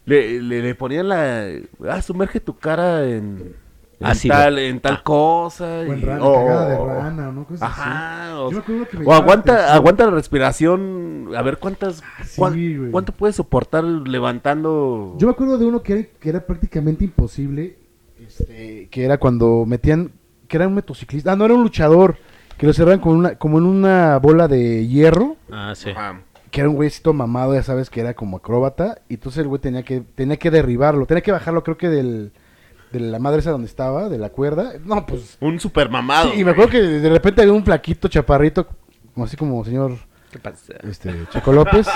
C: le, le, le ponían la, ah, sumerge tu cara en, en
A: Ácido.
C: tal, en tal cosa.
B: Ah. O en
C: y-
B: rana,
C: o-
B: cagada de rana, ¿no? Cosas así.
C: Ajá.
B: Yo
C: O,
B: me acuerdo que me
C: o
B: llamaba la
C: aguanta,
B: atención. Ah,
C: aguanta la respiración, a ver cuántas,
B: sí,
C: cuán-
B: güey.
C: cuánto puedes soportar levantando.
B: Yo me acuerdo de uno que era, que era prácticamente imposible, este, que era cuando metían, que era un motociclista, ah, no, era un luchador, que lo cerraban con una, como en una bola de hierro,
A: Ah, sí.
C: Ajá.
B: que era un güeycito mamado, ya sabes, que era como acróbata, y entonces el güey tenía que, tenía que derribarlo, tenía que bajarlo, creo que del, de la madre esa donde estaba, de la cuerda, no, pues,
C: Un super mamado.
B: sí, y me acuerdo que de repente había un flaquito chaparrito, como así como señor
A: ¿Qué pasa?
B: este, Checo López.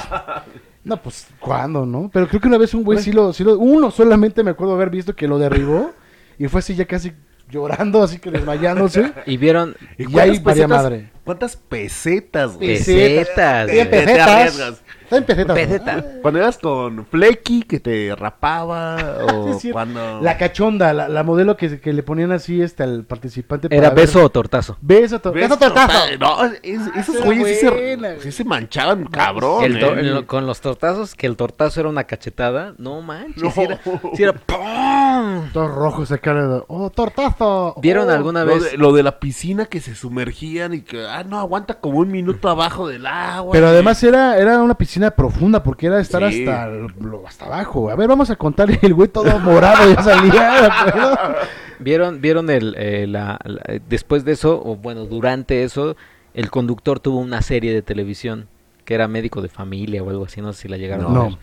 B: No, pues, ¿cuándo, no? Pero creo que una vez un güey sí lo, sí lo- Uno solamente me acuerdo haber visto que lo derribó. Y fue así ya casi llorando, así que desmayándose.
A: Y vieron
B: y
C: cuántas
B: ahí varía
C: pesetas-
B: madre.
C: ¿Cuántas pesetas, güey?
A: Pesetas. [laughs] Pesetas,
B: Está en
C: güey. Te
B: pesetas.
C: arriesgas.
B: Está en pesetas. ¿no?
A: peseta.
C: Cuando ibas con Flecky que te
B: [laughs]
C: rapaba
B: Sí,
C: o
B: es cierto.
C: cuando
B: La cachonda, la, la modelo que, que le ponían así este, al participante. para
A: ¿Era
B: ver-
A: beso o tortazo?
B: Beso, to-
C: ¿Ves?
B: beso, tortazo.
C: No, es-
B: Ah,
C: esos
B: era
C: güeyes sí
B: buena,
C: se,
B: güey.
C: sí se manchaban, cabrón.
A: El to-
C: eh.
A: el- con los tortazos, que el tortazo era una cachetada. No manches.
C: No.
A: Si era, sí era ¡pum!
B: Todos rojos acá. de- ¡Oh, tortazo!
A: ¿Vieron
B: Oh.
A: alguna
C: Lo
A: vez?
C: de, lo de la piscina que se sumergían y que, ah, no, aguanta como un minuto abajo del agua.
B: Pero
C: Y-
B: además era, era una piscina profunda porque era estar
C: Sí.
B: hasta, lo- hasta abajo. A ver, vamos a contarle el güey todo morado ya salía. ¿de acuerdo?
A: ¿Vieron, vieron el, eh, la- la- eh, después de eso, o bueno, durante eso, el conductor tuvo una serie de televisión que era médico de familia o algo así, no sé si la llegaron a
B: No.
A: ver.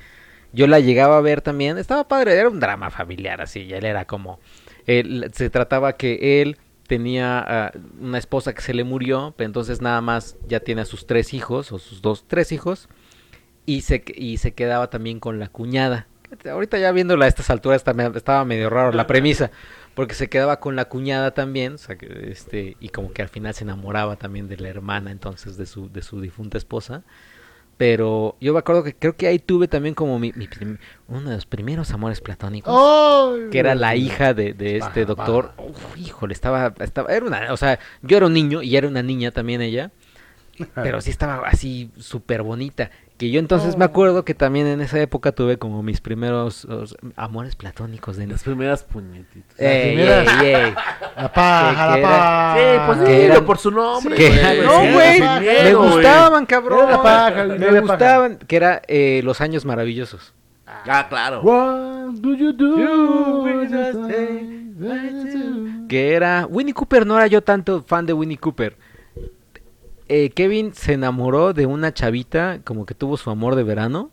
A: Yo la llegaba a ver también, estaba padre, era un drama familiar así, y él era como, él- se trataba que él tenía ah, una esposa que se le murió, pero entonces nada más ya tiene a sus tres hijos, o sus dos, tres hijos, y se, que- y se quedaba también con la cuñada. Ahorita ya viéndola a estas alturas también estaba medio raro la premisa, porque se quedaba con la cuñada también, o sea, que, este, y como que al final se enamoraba también de la hermana entonces de su, de su difunta esposa. Pero yo me acuerdo que creo que ahí tuve también como mi, mi prim- uno de los primeros amores platónicos
B: ¡Ay!
A: que era la hija de, de este
B: Baja,
A: doctor. Uf, híjole, estaba, estaba, era una, o sea, yo era un niño y era una niña también ella, pero sí estaba así súper bonita. Que yo entonces me
B: Oh.
A: acuerdo que también en esa época tuve como mis primeros os- amores platónicos de
C: Las primeras puñetitas.
B: las
A: Ey,
B: primeras-
A: ey,
C: [laughs]
A: ey.
B: La paja,
A: Que- que
B: la
A: era-
B: paja.
C: sí, pues
A: que
C: sí,
A: eran-
C: por su nombre.
A: Que- [laughs]
C: güey.
A: no,
C: Sí,
A: güey,
C: sin
B: me
A: me
C: miedo, güey.
A: gustaban, cabrón.
B: Era la paja, era
A: me
B: la paja.
A: gustaban, que era eh, Los Años Maravillosos.
C: Ah, claro.
B: What do you do?
A: You with us, eh, que era Winnie Cooper no era yo tanto fan de Winnie Cooper Eh, Kevin se enamoró de una chavita como que tuvo su amor de verano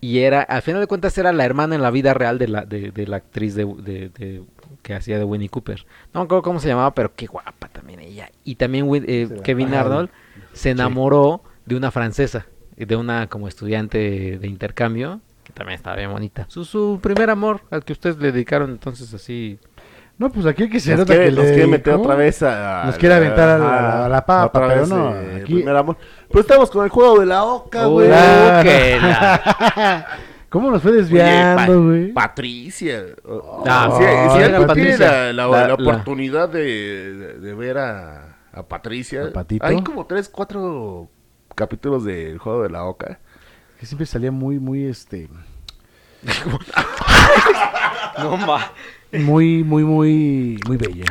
A: y era al final de cuentas era la hermana en la vida real de la de, de la actriz de, de- de- que hacía de Winnie Cooper no me acuerdo cómo se llamaba pero qué guapa también ella y también Win- eh,
B: Se la
A: Kevin
B: pagaron.
A: Arnold se enamoró de una francesa de una como estudiante de intercambio que también estaba bien bonita su, su primer amor al que ustedes le dedicaron entonces así
B: No, pues aquí hay que se
C: Nos
B: nota
C: quiere,
B: que
C: nos
B: le
C: quiere meter
B: dedicó.
C: otra vez a.
B: Nos quiere aventar a la- a la papa,
C: otra
B: pero
C: vez,
B: no,
C: eh,
B: aquí-
C: primer amor. Pero estamos con el juego de la oca, güey.
B: Hola.
A: que
B: [laughs]
A: la-
B: ¿Cómo nos fue
C: Oye, pa-
B: desviando, güey?
C: Patricia. O-
A: Ah,
C: si,
B: sí,
C: si
B: era
C: alguien
B: Patricia.
C: tiene la, la-
A: La-
C: la
A: la-
C: oportunidad De, de- de ver a, a Patricia,
B: ¿A Patito?
C: hay como tres, cuatro capítulos del juego de la oca.
B: Que siempre salía muy, muy, este...
A: No ma.
B: Muy, muy, muy... Muy bella.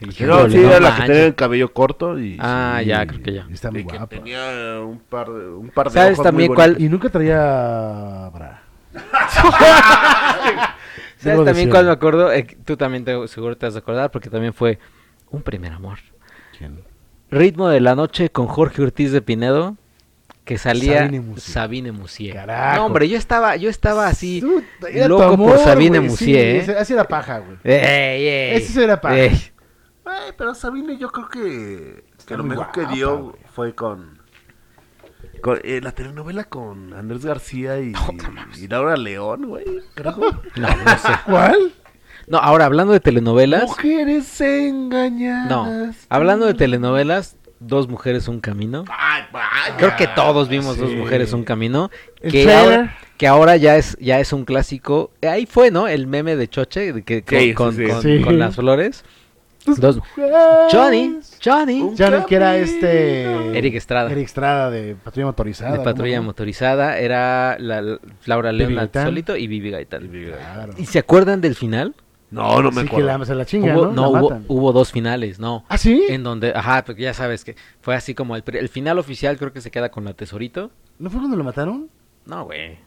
A: Híjole,
C: No, sí, era la que
A: manches.
C: tenía el cabello corto y...
A: Ah,
B: Sí,
A: ya, creo que ya.
B: Está
C: y
B: muy
C: que
B: guapa.
C: tenía un par de, un par de
A: ¿Sabes
C: ojos
A: también
C: muy
A: cuál-
B: Y nunca traía bra.
A: [laughs] ¿Sabes
B: Debo
A: también
B: decirlo.
A: cuál me acuerdo? Eh, tú también te- seguro te vas a acordar porque también fue un primer amor.
B: ¿Quién?
A: Ritmo de la noche con Jorge Ortiz de Pinedo que salía
B: Sabine
A: Sabine
B: Musier.
A: Musier.
B: Carajo.
A: No, hombre, yo estaba, yo estaba así
B: Puta, era tu
A: loco
B: amor,
A: por Sabine
B: güey, sí,
A: Musier.
B: ese-
A: ¿eh?
B: Así era paja, güey.
A: Ey, ey,
B: Ese era paja.
A: ey.
C: buenos. Ay, Eh, pero Sabine yo creo que, que lo
B: muy
C: mejor que
B: guapa,
C: dio
B: güey.
C: fue con... con, eh, la telenovela con Andrés García y, y Laura León, güey. Carajo.
A: No, no sé.
B: ¿Cuál?
A: No, ahora hablando de telenovelas.
C: Mujeres engañadas.
A: No, hablando de telenovelas, Dos Mujeres Un Camino.
C: Ay, vaya.
A: Creo que todos vimos Dos
B: sí.
A: Mujeres Un Camino.
B: El
A: Que
B: trailer.
A: ahora, que ahora ya es ya es un clásico. Ahí fue, ¿no? El meme de Choche de que, con,
C: Sí, sí,
A: con-
C: sí.
A: con-
B: Sí.
A: con las flores. Dos- Johnny, Johnny.
C: Un
B: Johnny, que era este.
C: camino.
A: Eric Estrada.
B: Eric Estrada de Patrulla Motorizada.
A: de patrulla
B: ¿no?
A: motorizada era la, la- Laura
B: Vivi
A: León la
B: Gaitán.
A: solito y Vivi Gaitán.
C: Y
A: Y,
C: Miguel.
B: Claro.
A: se acuerdan del final? Oh,
C: No, no me
B: Así que
C: acuerdo.
B: la, se la chinga,
A: hubo,
B: ¿no?
A: no,
B: La
A: hubo,
B: matan.
A: hubo dos finales, no.
B: ¿Ah, sí?
A: En donde, ajá, porque ya sabes que fue así como el, pri- el final oficial creo que se queda con la tesorito.
B: ¿No fue cuando lo mataron?
A: No, güey.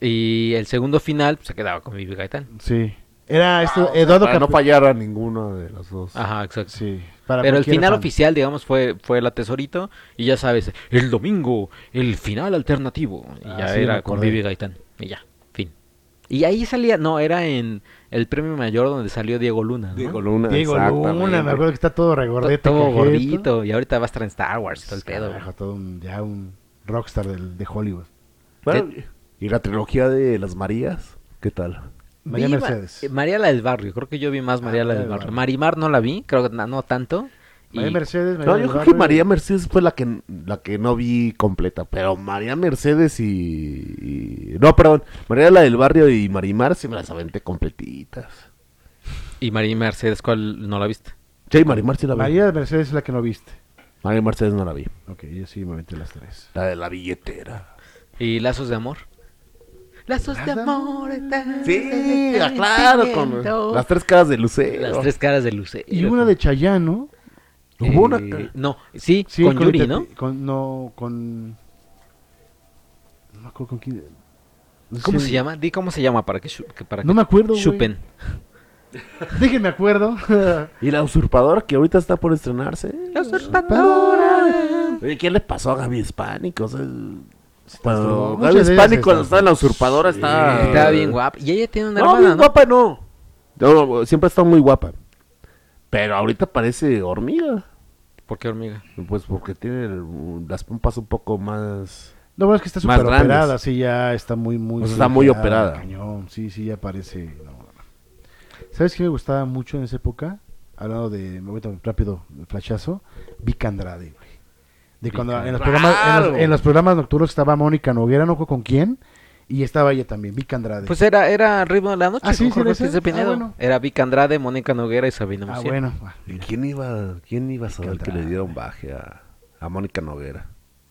A: Y el segundo final pues, se quedaba con Vivi Gaitán.
B: Sí. Era este,
C: Ah, o sea,
B: Eduardo
C: para no
B: Capi-
C: fallar a ninguno de los dos.
A: Ajá, exacto.
B: Sí. para
A: Pero el
B: cualquier
A: final
B: fan.
A: oficial, digamos, fue, fue la tesorito. Y ya sabes, el domingo, el final alternativo. Y
B: Ah,
A: ya
B: sí, me
A: era
B: acordé.
A: con Vivi Gaitán. Y ya, fin. Y ahí salía, no, era en el premio mayor donde salió Diego Luna. ¿no?
C: Diego Luna.
B: Diego Luna, me acuerdo que está todo regordete.
A: todo
B: cajeto.
A: gordito. Y ahorita va a estar en Star Wars y Pues todo el pedo.
B: Carajo, todo un, ya un rockstar del, de Hollywood.
C: Bueno, y la trilogía de Las Marías, ¿qué tal?
B: María
A: Vi ma-
B: Mercedes.
A: eh, María la del Barrio. Creo que yo vi más
B: Ah,
A: María la del Barrio. Marimar no la vi, creo que na- no tanto. y-
B: María Mercedes.
C: No, yo
B: Mercedes
C: creo que
B: Barrio.
C: María Mercedes fue la que la que no vi completa, pero María Mercedes y, y- no, perdón, María la del barrio y Marimar sí me las aventé completitas.
A: Y María Mercedes, ¿cuál no la viste?
C: Sí, Marimar sí la vi.
B: María Mercedes es la que no viste.
C: María Mercedes no la vi.
B: Ok, yo sí me metí las tres.
C: La de la billetera.
A: ¿Y Lazos de Amor? Lazos de amor. eternos
C: Sí,
A: de
C: claro,
A: sentimiento.
C: con las tres caras de Lucero.
A: Las tres caras de Lucero.
B: Y una de Chayano.
C: Hubo una
A: Eh,
C: ca-
A: No, sí, con, Yuri, ¿no?
B: Con, no, con. No me acuerdo con quién. no sé
A: ¿Cómo
B: si-
A: se llama? Di cómo se llama para que, shu- que- para
B: No
A: que
B: me acuerdo. güey.
A: chupen. [laughs]
B: Déjenme acuerdo.
C: Y la usurpadora que ahorita está por estrenarse.
A: Ah.
B: Usurpadora.
C: Oye, ¿qué le pasó a Gaby Hispánico? O sea,
B: transformó
C: cuando
B: muchas
C: Gaby
B: veces,
C: Hispánico cuando
B: se
C: estaba en la usurpadora
B: Sí.
C: está...
A: Estaba bien guapa. Y ella tiene una
C: No, bien
A: hermana, ¿no?
C: guapa no. No, Siempre ha estado muy guapa. Pero ahorita parece hormiga.
A: ¿Por qué hormiga?
C: Pues porque tiene el- las pompas un poco más...
B: No, bueno, es que está
C: Más
B: súper operada.
C: grandes.
B: Sí, ya está muy, muy.
C: O sea, está muy
B: cirugada,
C: operada.
B: Cañón. Sí, sí, ya parece. no, no. ¿Sabes qué me gustaba mucho en esa época? Hablando de. Me voy tan rápido, el flachazo. Vic Andrade, güey. De
A: Vic
B: cuando en los,
C: Andrade.
B: programas, en, los,
C: ¡Claro!
B: en los programas nocturnos estaba Mónica Noguera, no recuerdo con quién. Y estaba ella también, Vic Andrade.
A: Pues era, era Ritmo de la Noche
B: Ah, sí,
A: con
B: sí, era
A: Jorge
B: ese.
A: Ortiz de
B: Ah,
A: Pinedo.
B: bueno.
A: Era Vic Andrade, Mónica Noguera y Sabina
B: ah,
A: Musier.
B: bueno. ah,
C: ¿Y quién iba, quién iba a saber que
B: Encantada.
C: le dieron baje a, a Mónica Noguera?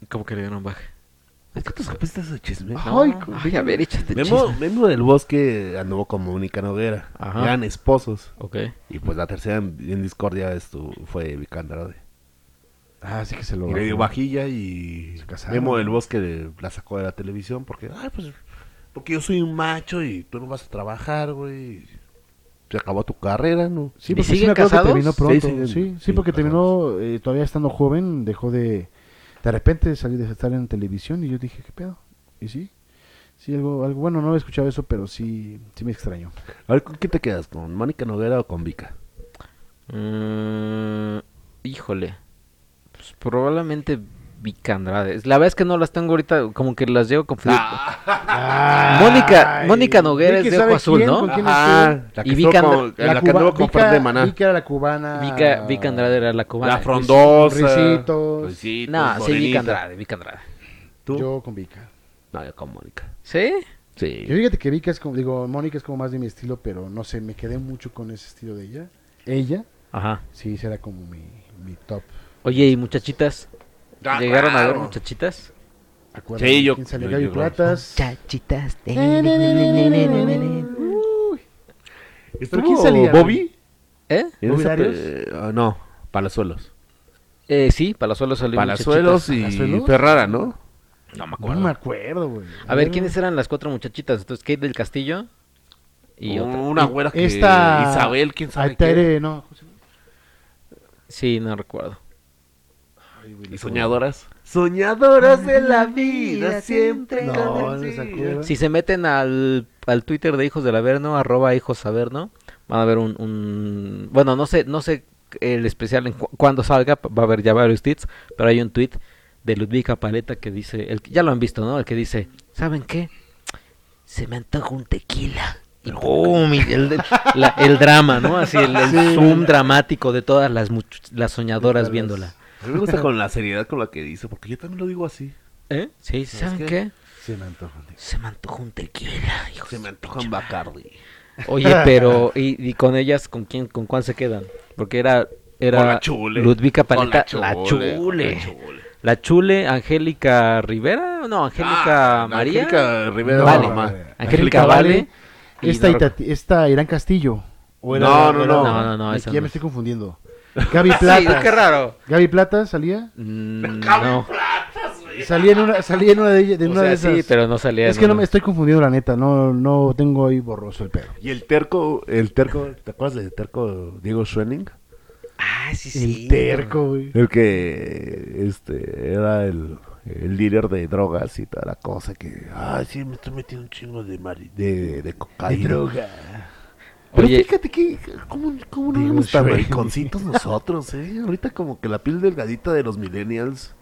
A: ¿Cómo que le dieron baje?
C: ¿Por qué te supiste ese chisme?
B: Ajá.
A: No,
B: Ay,
A: Ay,
B: co-
A: a ver, échate
C: Memo,
A: chisme.
C: Memo del Bosque anduvo con Mónica Noguera.
A: Ajá.
C: Eran esposos.
A: Ok.
C: Y pues la tercera en, en discordia estu- fue Vic Andrade.
B: Ah, sí que se lo.
C: Y le dio
B: bajó.
C: vajilla y
B: Se casaron.
C: Memo del Bosque de- la sacó de la televisión porque, ay, pues, porque yo soy un macho y tú no vas a trabajar, güey. Se acabó tu carrera, ¿no?
B: Sí,
A: ¿Y
B: porque sí
A: siguen
B: me acuerdo que
A: casados?
B: terminó pronto. Sí,
C: Sí,
B: sí,
C: siguen- siguen
B: porque
C: casados.
B: terminó eh, todavía estando joven, dejó de de repente salir de estar en televisión y yo dije, ¿qué pedo? Y sí. Sí, algo, algo bueno, no había escuchado eso, pero sí sí me extrañó.
C: A ver, ¿con quién te quedas? ¿Con Mónica Noguera o con Vika?
A: Mm, híjole. Pues probablemente Vic Andrade. La verdad es que no las tengo ahorita, como que las llevo confundidas.
C: Ah.
A: Ah, Mónica- Mónica Noguera
B: Vicky
A: es de ojo
B: sabe
A: azul,
B: quién,
A: ¿no? Ah,
B: ¿Con quién estuvo?
C: la
A: que
C: que,
A: estuvo con-
C: la que
B: cuba-
C: anduvo con
B: Vika-
C: Fran de Maná.
B: Vika era la cubana.
A: Vic, Andrade era la cubana.
C: la frondosa.
B: Ricitos.
C: Ricitos,
A: No, sí, Vic
C: morenita.
A: Andrade, Vic Andrade.
C: ¿Tú?
B: Yo con Vika.
C: No, yo con Mónica.
A: ¿Sí?
C: Sí.
B: Yo fíjate que Vika es como, digo, Mónica es como más de mi estilo, pero no sé, me quedé mucho con ese estilo de ella. Ella,
A: Ajá.
B: sí, será como mi, mi top.
A: Oye, ¿y muchachitas?
C: Ah,
A: ¿Llegaron a ver
C: claro.
A: muchachitas?
B: Acuérdate,
C: Sí, yo-
B: ¿Quién salió?
C: yo-
B: Gaby
C: yo-
B: Platas.
D: Chachitas.
B: Uy. ¿Pero
C: ¿Estuvo Bobby?
A: ¿Eh?
C: Era esa
B: ¿Mobiliarios?
C: pe- ah, no, Palazuelos.
A: Eh, sí, Palazuelos salió
C: Palazuelos y
B: ¿Palazuelos?
C: Ferrara, ¿no?
A: No me acuerdo.
B: No me acuerdo, güey.
A: A ver, ¿quiénes eran las cuatro muchachitas? Entonces, Kate del Castillo
C: Mm.
A: y otra.
C: Una güera que...
B: Esta.
C: Isabel, quién sabe qué.
B: Aitere, no.
A: Sí, no recuerdo.
C: Y soñadoras. Soñadoras de la vida, siempre.
B: No,
C: con
B: no
C: el
B: se
C: sí.
B: acuerda.
A: Si se meten al, al Twitter de Hijos del Averno, arroba Hijos Averno, van a ver un, un- Bueno, no sé, no sé el especial en cu- cuándo salga, p- va a haber ya varios tweets, pero hay un tweet de Ludvika Paleta que dice... El, que- ya lo han visto, ¿no? El que dice, ¿saben qué? Se me antoja un tequila. Y ¡pum! y el, la- el drama, ¿no? Así el, el
B: Sí.
A: zoom dramático de todas las, much- las soñadoras
B: Todas.
A: viéndola.
C: A mí me gusta con la seriedad con la que dice, porque yo también lo digo así.
A: ¿Eh? Sí, ¿saben
C: qué?
A: qué?
B: Sí, me antoja.
A: Se me antoja un tequila, hijo
C: Se
A: de
C: me
A: su
C: antojan Bacardi.
B: [laughs]
A: Oye, pero ¿y, y con ellas con quién con cuál se quedan? Porque era
C: Con
A: era
C: la Chule.
A: Ludvika
C: Con
A: Paleta, la Chule,
C: con la Chule.
A: la Chule, Angélica Rivera, no, Angélica
C: Ah,
A: María,
C: Angélica Rivera.
A: Vale.
C: mamá.
A: Angélica Vale. y
B: Esta,
A: no
B: Itati- esta Irán Castillo. ¿O era-
C: No, no,
B: era-
C: no.
A: No, no, no,
B: Aquí
A: esa
B: ya
A: no
B: me
A: es. [laughs]
B: estoy confundiendo. Gaby
A: Sí,
B: Plata.
A: qué raro.
B: Gaby Plata salía.
A: Mm,
C: Gaby
A: No,
B: Salía en una, salía en una de, ellas- de
A: O
B: una
A: sea,
B: de esas.
A: sí, pero no salía.
B: es que no me estoy confundiendo, la neta. No, no tengo ahí borroso el pedo.
C: Y el terco, el terco, ¿te acuerdas del terco Diego Schwenning?
A: Ah, sí,
B: El terco, güey.
C: El que este era el, el líder de drogas y toda la cosa que ay sí me estoy metiendo un chingo de mari- de, de cocaína. Pero
A: Oye,
C: fíjate que cómo, cómo no
B: Digo,
C: éramos tan
B: Shrek.
C: mariconcitos nosotros, eh. Ahorita como que la piel delgadita de los millennials.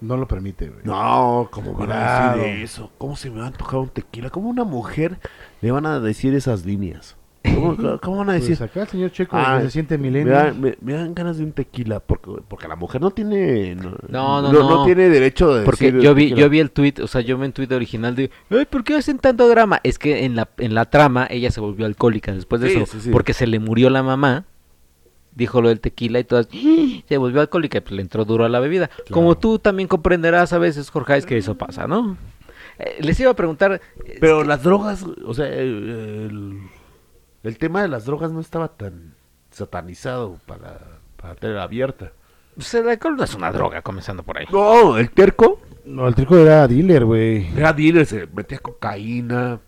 B: No lo permite, güey.
C: No, como van a
B: Cuidado.
C: decir eso. ¿Cómo se me va a antojar un tequila? ¿Cómo a una mujer le van a decir esas líneas? ¿Cómo, cómo van a decir?
B: Pues acá el señor Checo
C: Ah,
B: se siente
C: Me
B: milenio.
C: dan, me- me dan ganas de un tequila porque, porque la mujer no tiene no
A: No, no, no.
C: tiene derecho de
A: porque
C: decir
A: yo vi
C: tequila.
A: yo vi el tweet, o sea, yo vi el tweet original de, "Ay, ¿por qué hacen tanto drama?" Es que en la en la trama ella se volvió alcohólica después de
C: Sí,
A: eso,
C: sí, sí.
A: porque se le murió la mamá. Dijo lo del tequila y todas "¡Ah!, se volvió alcohólica, y, pues le entró duro a la bebida. Como tú también comprenderás a veces, Jorge, es que eso pasa, ¿no? Eh, les iba a preguntar, eh,
C: pero las drogas o sea el, el- el tema de las drogas no estaba tan satanizado para para tele abierta
A: pues, el alcohol no es una droga, comenzando por ahí.
C: no el terco
B: No, el trico era dealer, güey.
C: era dealer se metía cocaína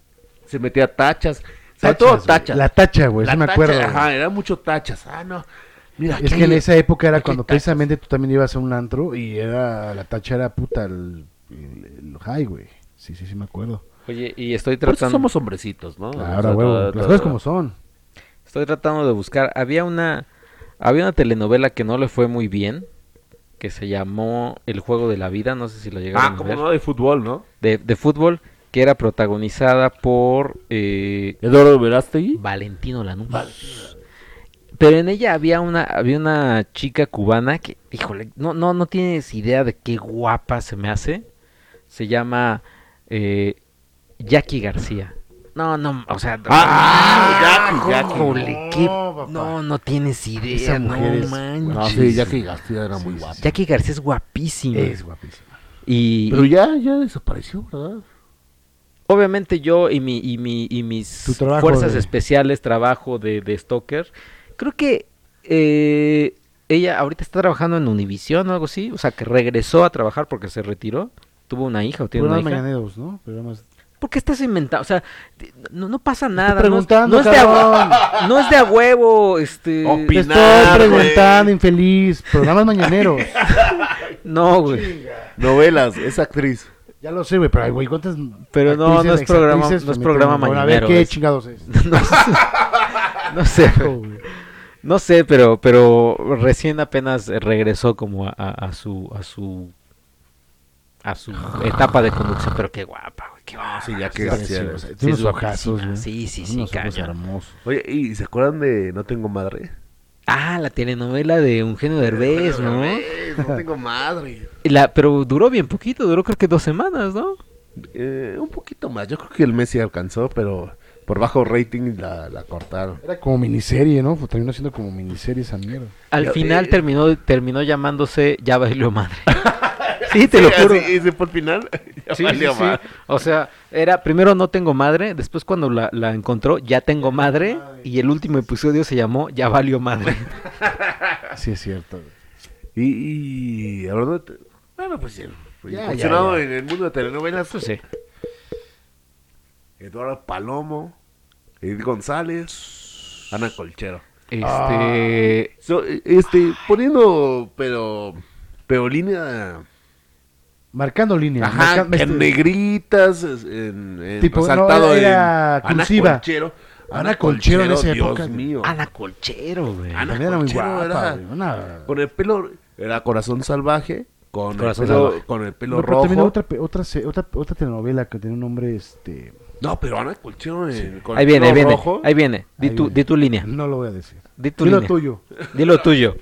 C: se metía tachas sobre
B: Tachas,
C: todo
B: güey.
C: tachas
B: La tacha, güey, sí me
C: tacha,
B: acuerdo. güey.
C: ajá era mucho tachas ah no mira
B: Es
C: aquí
B: que en
C: hay-
B: esa época era
C: aquí hay
B: cuando
C: tachas.
B: precisamente tú también ibas a un antro y era la tacha era puta el, el, el high, güey. Sí, sí, sí me acuerdo.
A: Oye, y estoy
C: Por eso
A: tratando
C: Pues, somos hombrecitos
A: Ah,
C: no O
B: Ahora,
C: sea,
B: huevo,
C: todo-
B: las
C: todo-
B: cosas como son.
A: Estoy tratando de buscar. Había una, había una telenovela que no le fue muy bien, que se llamó El juego de la vida. No sé si lo llegaron
C: ah
A: a
C: como
A: ver.
C: no de fútbol no
A: De, de fútbol que era protagonizada por eh,
C: Eduardo Verástegui.
A: Valentino Lanús. Pero en ella había una, había una chica cubana que, híjole, no, no, no tienes idea de qué guapa se me hace. Se llama eh, Jackie García. No, no, o sea,
C: Ah, Jackie, Jackie.
A: híjole, qué-
B: No,
A: no,
B: papá.
A: no, tienes idea,
B: Esa mujer
A: no
B: es-
A: manches.
C: No, sí, Jackie García era muy guapo.
A: Jackie García es guapísima.
B: Es guapísima.
A: Y,
C: Pero
A: y
C: ya, ya desapareció, ¿verdad?
A: obviamente yo y, mi, y, mi, y mis
B: Tu trabajo
A: fuerzas
B: de-
A: especiales, trabajo de, de Stalker, creo que eh, ella ahorita está trabajando en Univision o algo así, o sea, que regresó a trabajar porque se retiró. Tuvo una hija o tiene una
B: Programas
A: hija.
B: mañaneros, ¿no? Programas-
A: ¿Por qué estás inventando? O sea, te- no, no pasa nada. no es-
B: preguntando,
A: no, es, de
B: cabrón.
A: a, [laughs] no es de a huevo. Este,
C: Opi-
B: Te
C: Pinar,
B: estoy preguntando, infeliz. Programas mañaneros. [laughs]
A: no, güey. [laughs]
C: Novelas, esa actriz.
B: Ya lo sé, güey, pero, güey, ¿cuántas.
A: Pero no, no es
B: exactrices
A: programa-
B: también
A: no es programa
B: tenemos? Bueno,
A: mañanero,
B: A ver qué
A: es-
B: chingados es.
A: [laughs] No sé. No sé, güey. No sé, pero, pero recién apenas regresó como a, a- a su a su a su etapa de conducción, pero qué guapa, güey, qué guapa.
C: Sí, ya que García.
B: Preciosa.
C: era.
B: Tiene unos
A: es guapísima.
B: ojazos, güey.
A: Sí, sí, sí,
B: Unos ojos
A: cañón.
B: hermosos.
C: Oye, ¿y se acuerdan de No Tengo Madre?
A: Ah, la telenovela de Eugenio Derbez, ¿no?
C: Derbez, no tengo madre.
A: Y La, pero duró bien poquito, duró creo que dos semanas, ¿no?
C: Eh, un poquito más. Yo creo que el Messi alcanzó, pero por bajo rating la, la cortaron.
B: Era como miniserie, ¿no? Pues Terminó siendo como miniserie esa mierda.
A: Al
C: Ya-
A: final
C: eh.
A: [laughs] terminó terminó llamándose Ya bailó madre. Sí, te lo juro.
C: Así, y se por final. [laughs]
A: Sí,
C: ya
A: sí,
C: valió,
A: sí.
C: ma.
A: O sea, era primero no tengo madre, después cuando la, la encontró ya tengo madre y el último episodio se llamó Ya valió madre.
B: Sí, es cierto. güey.
C: Y, y ahora, te- bueno, pues el
B: Ya,
C: incursionado
B: ya, ya.
C: en el mundo de telenovelas,
A: Pues [laughs] sí.
C: Eduardo Palomo, Edith González, Ana Colchero.
A: Este,
C: So, eh, este, poniendo, pero, pero línea,
B: Marcando líneas.
C: ajá,
B: marca-
C: en
B: este-
C: negritas, es- en, en
B: Tipo, no,
C: resaltado
B: era
C: en Ana
B: cursiva.
C: Colchero.
B: Ana Colchero en esa
C: Dios
B: época. Ah.
C: mío.
A: Ana Colchero, güey.
C: Ana
B: También era muy
C: Colchero
B: guapa,
C: era-
B: güey, una-
C: Con el pelo, era Corazón Salvaje, con,
A: Corazón
C: el, pelo,
A: Salvaje.
C: con el pelo
B: No, pero
C: rojo.
B: también otra, pe- otra, se- otra, otra telenovela que tiene un nombre, este...
C: No, pero Ana Colchero en- con
A: Ahí
C: el
A: viene, ahí
C: pelo
A: viene.
C: rojo.
A: Ahí viene. Di
B: Ahí
A: tu,
B: viene.
A: di tu línea.
B: No lo voy a decir.
A: Di tu
B: Dilo
A: línea.
B: tuyo.
A: Di lo tuyo.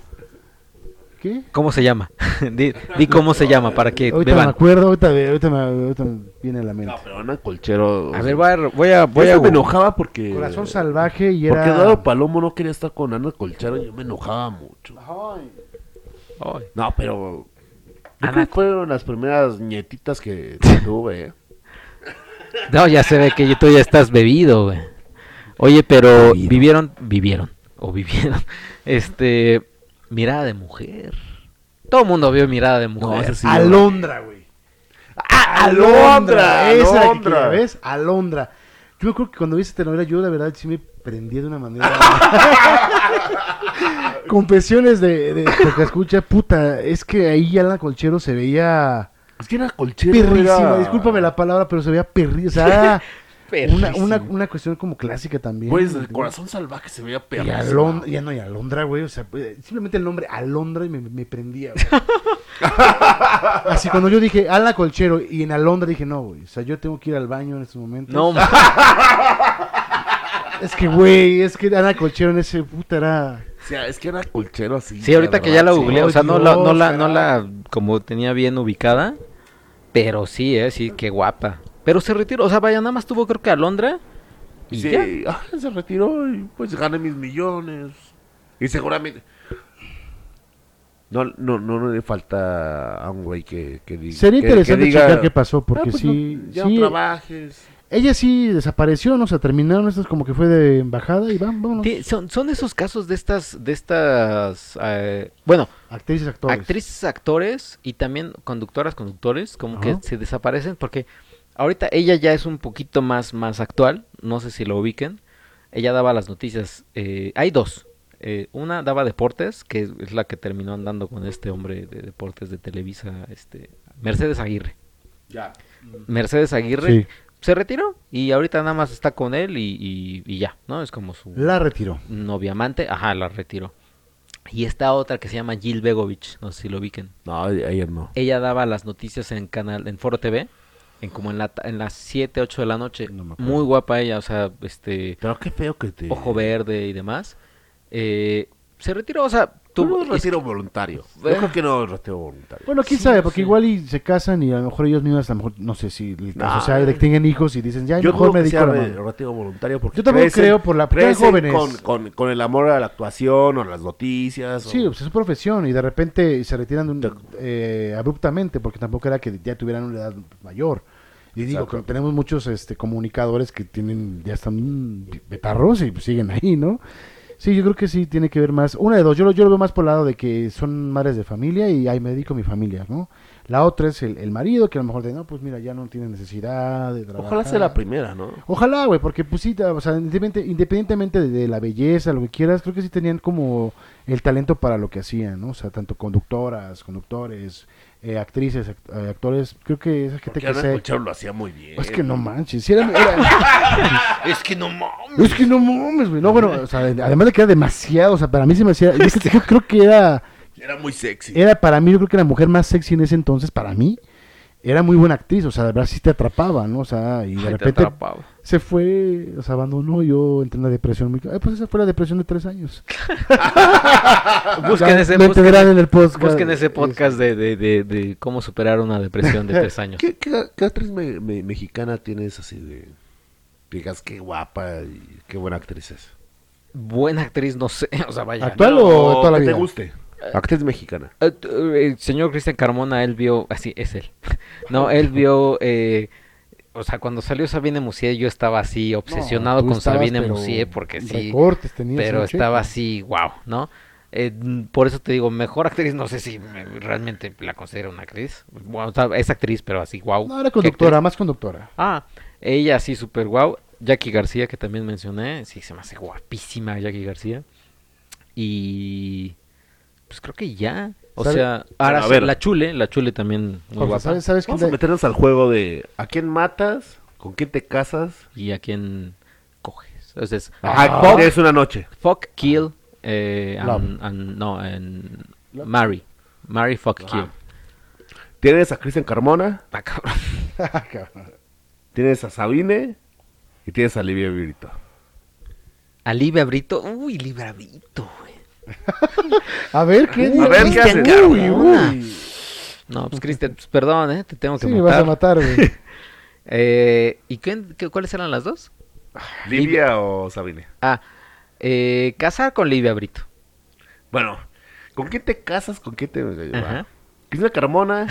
B: ¿Qué?
A: ¿Cómo se llama? [laughs] di, di cómo se llama para que
B: ahorita me
A: beban.
B: acuerdo, ahorita, ahorita me, ahorita me viene a la mente.
C: No, pero Ana Colchero.
A: A ver, voy a voy a voy
C: Voy
A: a
C: me enojaba porque.
B: Corazón salvaje y era...
C: Porque Eduardo Palomo no quería estar con Ana Colchero. Yo me enojaba mucho.
A: Ay.
C: No, pero.
A: Ana-
C: Ana fueron las primeras nietitas que que tuve. ¿eh?
A: No, ya se ve que tú ya estás bebido, güey. Oye, pero
C: Bebido.
A: vivieron, vivieron, o vivieron, [laughs] este, mirada de mujer. Todo el mundo vio mirada de mujer.
C: esa sí.
B: Alondra, güey.
C: ¡Ah,
B: Esa era la que quería,
C: Alondra.
B: ¿Ves? Alondra. Yo me acuerdo que cuando vi esa telenovela, yo la verdad sí me prendía de una
C: [laughs]
B: manera... Confesiones de, de, que escucha, puta, es que ahí Ana Colchero se veía...
C: Es que Ana Colchero.
B: Perrísima,
C: era-
B: discúlpame la palabra, pero se veía perrísima. O
C: [laughs]
B: sea, una,
A: Perrísima.
B: una, una cuestión como clásica también.
C: Pues el
B: ¿entiendes?
C: corazón salvaje se veía
B: Y
C: perra.
B: Alondra, ya no, y Alondra, güey. O sea, pues, simplemente el nombre Alondra y me, me prendía,
C: [laughs]
B: güey. Así cuando yo dije Ala Colchero y en Alondra dije, no, güey. O sea, yo tengo que ir al baño en estos momentos.
A: No, ma-
B: Es que, güey, es que Ana Colchero en ese puta era.
C: O sea, es que Ana Colchero así.
A: sí, ahorita que ya la
C: ¿verdad?
A: googleé, o
B: Ay,
A: sea, no la, no
B: Dios,
A: la, no la, como tenía bien ubicada, pero sí, eh, sí, qué guapa. Pero se retiró, o sea, vaya, nada más tuvo creo que a Londra y
C: Sí,
A: ya.
C: ah, se retiró y pues gané mis millones. Y seguramente. No, no, no, no le falta a un güey que, que diga.
B: Sería
C: que-
B: interesante
C: que diga,
B: checar qué pasó, porque
C: "Ah, pues
B: sí.
C: no, ya
B: sí,
C: no trabajes.
B: ella sí desapareció, ¿no? O sea, terminaron estas como que fue de embajada y van, vámonos.
A: Ti- Son, son esos casos de estas, de estas, eh, bueno,
B: Actrices, actores.
A: Actrices, actores y también conductoras, conductores, como
B: Ajá.
A: que se desaparecen porque ahorita ella ya es un poquito más, más actual, no sé si lo ubiquen. Ella daba las noticias, eh, hay dos. Eh, una daba deportes, que es la que terminó andando con este hombre de deportes de Televisa, este Mercedes Aguirre.
C: Ya.
A: Mercedes Aguirre
B: Sí.
A: se retiró y ahorita nada más está con él y, y- y ya, ¿no? Es como su
B: La retiró.
A: novia amante, ajá, la retiró. Y está otra que se llama Jill Begovich, no sé si lo ubiquen
C: No, ayer no.
A: ella daba las noticias en canal en Foro TV en como en la ta- en las 7, 8 de la noche.
B: No me acuerdo.
A: Muy guapa ella, o sea, este
C: Pero qué feo que te.
A: ojo verde y demás. Eh, se retiró, o sea,
C: Tuvo
A: tuvo
B: Pues
C: un retiro voluntario.
A: Eh.
C: Yo creo que no es retiro voluntario.
B: Bueno, quién
A: Sí,
B: sabe, porque
A: sí.
B: igual y se casan y a lo mejor ellos mismas, a lo mejor, no sé si, el caso
C: Nah.
B: sea de que tengan hijos y dicen, ya,
C: Yo
B: mejor
C: creo
B: me
C: que
B: dedico
C: sea
B: a la
C: re-
B: mamá.
C: retiro voluntario porque
B: Yo también
C: crecen-
B: creo por la- porque hay
C: crecen
B: jóvenes.
C: Con, con, con el amor a la actuación o a las noticias.
B: Sí,
C: o-
B: pues es su profesión y de repente se retiran de un- eh, abruptamente porque tampoco era que ya tuvieran una edad mayor. Y digo,
C: Exacto.
B: que tenemos muchos este, comunicadores que tienen ya están mm, betarros y pues, siguen ahí, ¿no? Sí, yo creo que sí tiene que ver más. Una de dos, yo lo, yo lo veo más por el lado de que son madres de familia y ahí me dedico a mi familia, ¿no? La otra es el, el marido que a lo mejor de, no, pues mira, ya no tiene necesidad de trabajar.
C: Ojalá sea la primera, ¿no?
B: Ojalá, güey, porque pues sí, o sea, independiente- independientemente de, de la belleza, lo que quieras, creo que sí tenían como el talento para lo que hacían, ¿no? O sea, tanto conductoras, conductores, eh, actrices, act- eh, actores, creo que esa gente
C: Porque
B: que
C: Ana
B: se...
C: Colchero lo hacía muy bien.
B: Es que no manches, sí era- era- [laughs]
C: [laughs] Es que no mames.
B: es que no mames, güey. No, bueno, o sea, además de que era demasiado, o sea, para mí se me hacía... yo creo- yo creo que era...
C: Era muy sexy.
B: Era para mí, yo creo que la mujer más sexy en ese entonces, para mí, era muy buena actriz, o sea, de verdad sí te atrapaba, ¿no? O sea, y de
A: Ay, te
B: repente [laughs]
A: atrapaba.
B: se fue, o sea, abandonó, yo entré en una depresión muy... Eh, pues esa fue la depresión de tres años.
A: Busquen
B: Ya
A: ese,
B: lo
A: busquen-
B: entenderán en el podcast.
A: busquen ese podcast de, de- de- de cómo superar una depresión de tres
B: [laughs]
A: años.
C: ¿Qué, qué, qué actriz me- me- mexicana tienes así de... Digas, qué guapa y qué buena actriz es.
A: Buena actriz, no sé, [laughs] o sea, vaya.
B: Actual. ¿Cuál o toda la
C: que
B: vida?
C: te guste. Actriz mexicana.
A: Eh, t- El señor Cristian Carmona, él vio, así es él. [laughs] No, él vio, eh, o sea, cuando salió Sabine Musier, yo estaba así obsesionado
B: tú
A: con
B: estabas,
A: Sabine
B: pero
A: Musier porque sí,
B: Recortes tenías
A: pero
B: un
A: estaba
B: cheque.
A: así, wow, ¿no? Eh, mm, por eso te digo, mejor actriz, no sé si me- realmente la considero una actriz. Bueno, o sea, es actriz, pero así, wow.
B: No, era conductora, más conductora.
A: Ah, ella sí, súper guau. Jackie García, que también mencioné. Sí, se me hace guapísima Jackie García. Y. Pues creo que ya. O
B: ¿Sabe?
A: sea, ahora
C: a
A: sí,
C: ver.
A: la Chule, la Chule también muy
B: O sea,
A: guapa.
B: ¿sabes, sabes quién
C: Vamos a
B: de-
C: meternos al juego de ¿a quién matas? ¿Con quién te casas?
A: Y a quién coges. Entonces,
C: ¿A
A: fuck,
C: quién es una noche?
A: fuck, kill, eh,
B: Love.
A: and- and- no, and
B: Love.
A: marry. Marry, fuck,
C: Ah.
A: kill.
C: Tienes a Cristian Carmona,
A: Ah, cabrón.
B: [laughs]
A: [laughs]
B: Ah, cabrón.
C: tienes a Sabine y tienes a Livia Virito.
A: A Libia Brito. Uy, Libia Brito, güey.
B: A ver, ¿qué?
C: a ver, ¿qué
B: Cristian,
C: haces?
B: uy, uy.
A: No,
B: [laughs]
A: pues Cristian, pues, perdón, ¿eh? Te tengo que
B: Sí, me vas
A: matar.
B: a matar, güey.
A: Eh, ¿Y quién- qué- cuáles eran las dos?
C: ¿Livia o Sabine?
A: Ah, eh, casar con Livia Brito.
C: Bueno, ¿con quién te casas? ¿Con quién te...
A: Ajá.
C: va? Cristian
A: [laughs]
C: Carmona,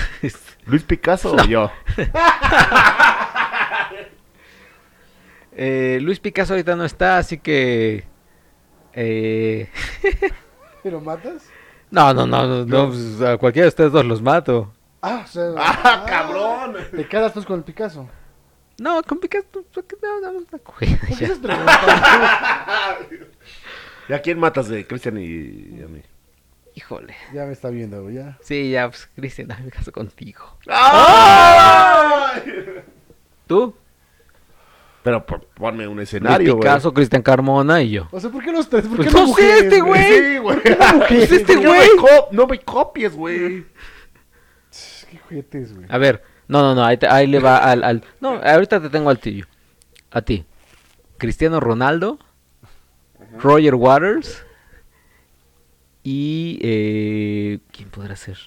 C: Luis Picasso o yo?
A: Eh, Luis Picasso ahorita no está, así que... eh, [laughs]
B: ¿Te lo matas?
A: no, no, no, no, no, pues, a cualquiera de ustedes dos los mato.
B: Ah, o sea,
C: ¡Ah, cabrón!
B: Te quedas pues con el Picasso.
A: No, con Picasso, pues, que no, no, una cogida
B: ¿Por qué
A: ya.
B: estás preguntando?
C: ¿Y a quién matas de Cristian y, y a mí?
A: Híjole.
B: ya me está viendo, güey, ya.
A: Sí, ya, pues, Cristian, ay, me caso contigo.
C: ¡Ay!
A: ¿Tú?
C: Pero por- ponme un
A: Luis
C: escenario, güey.
A: Picasso, Cristian Carmona y yo.
B: O sea, ¿por qué los tres? ¿Por
A: Pues
B: qué
A: no sé, este güey.
C: Sí, güey.
B: mujeres,
C: ¿Por qué
A: este güey?
C: no me co- No me copies, güey.
B: Tss, Qué juguetes, güey.
A: A ver, no, no, no, ahí, te- ahí le va al, al- No, ahorita te tengo al tío. A ti. Cristiano Ronaldo, Roger Waters y... eh, ¿Quién podrá ser?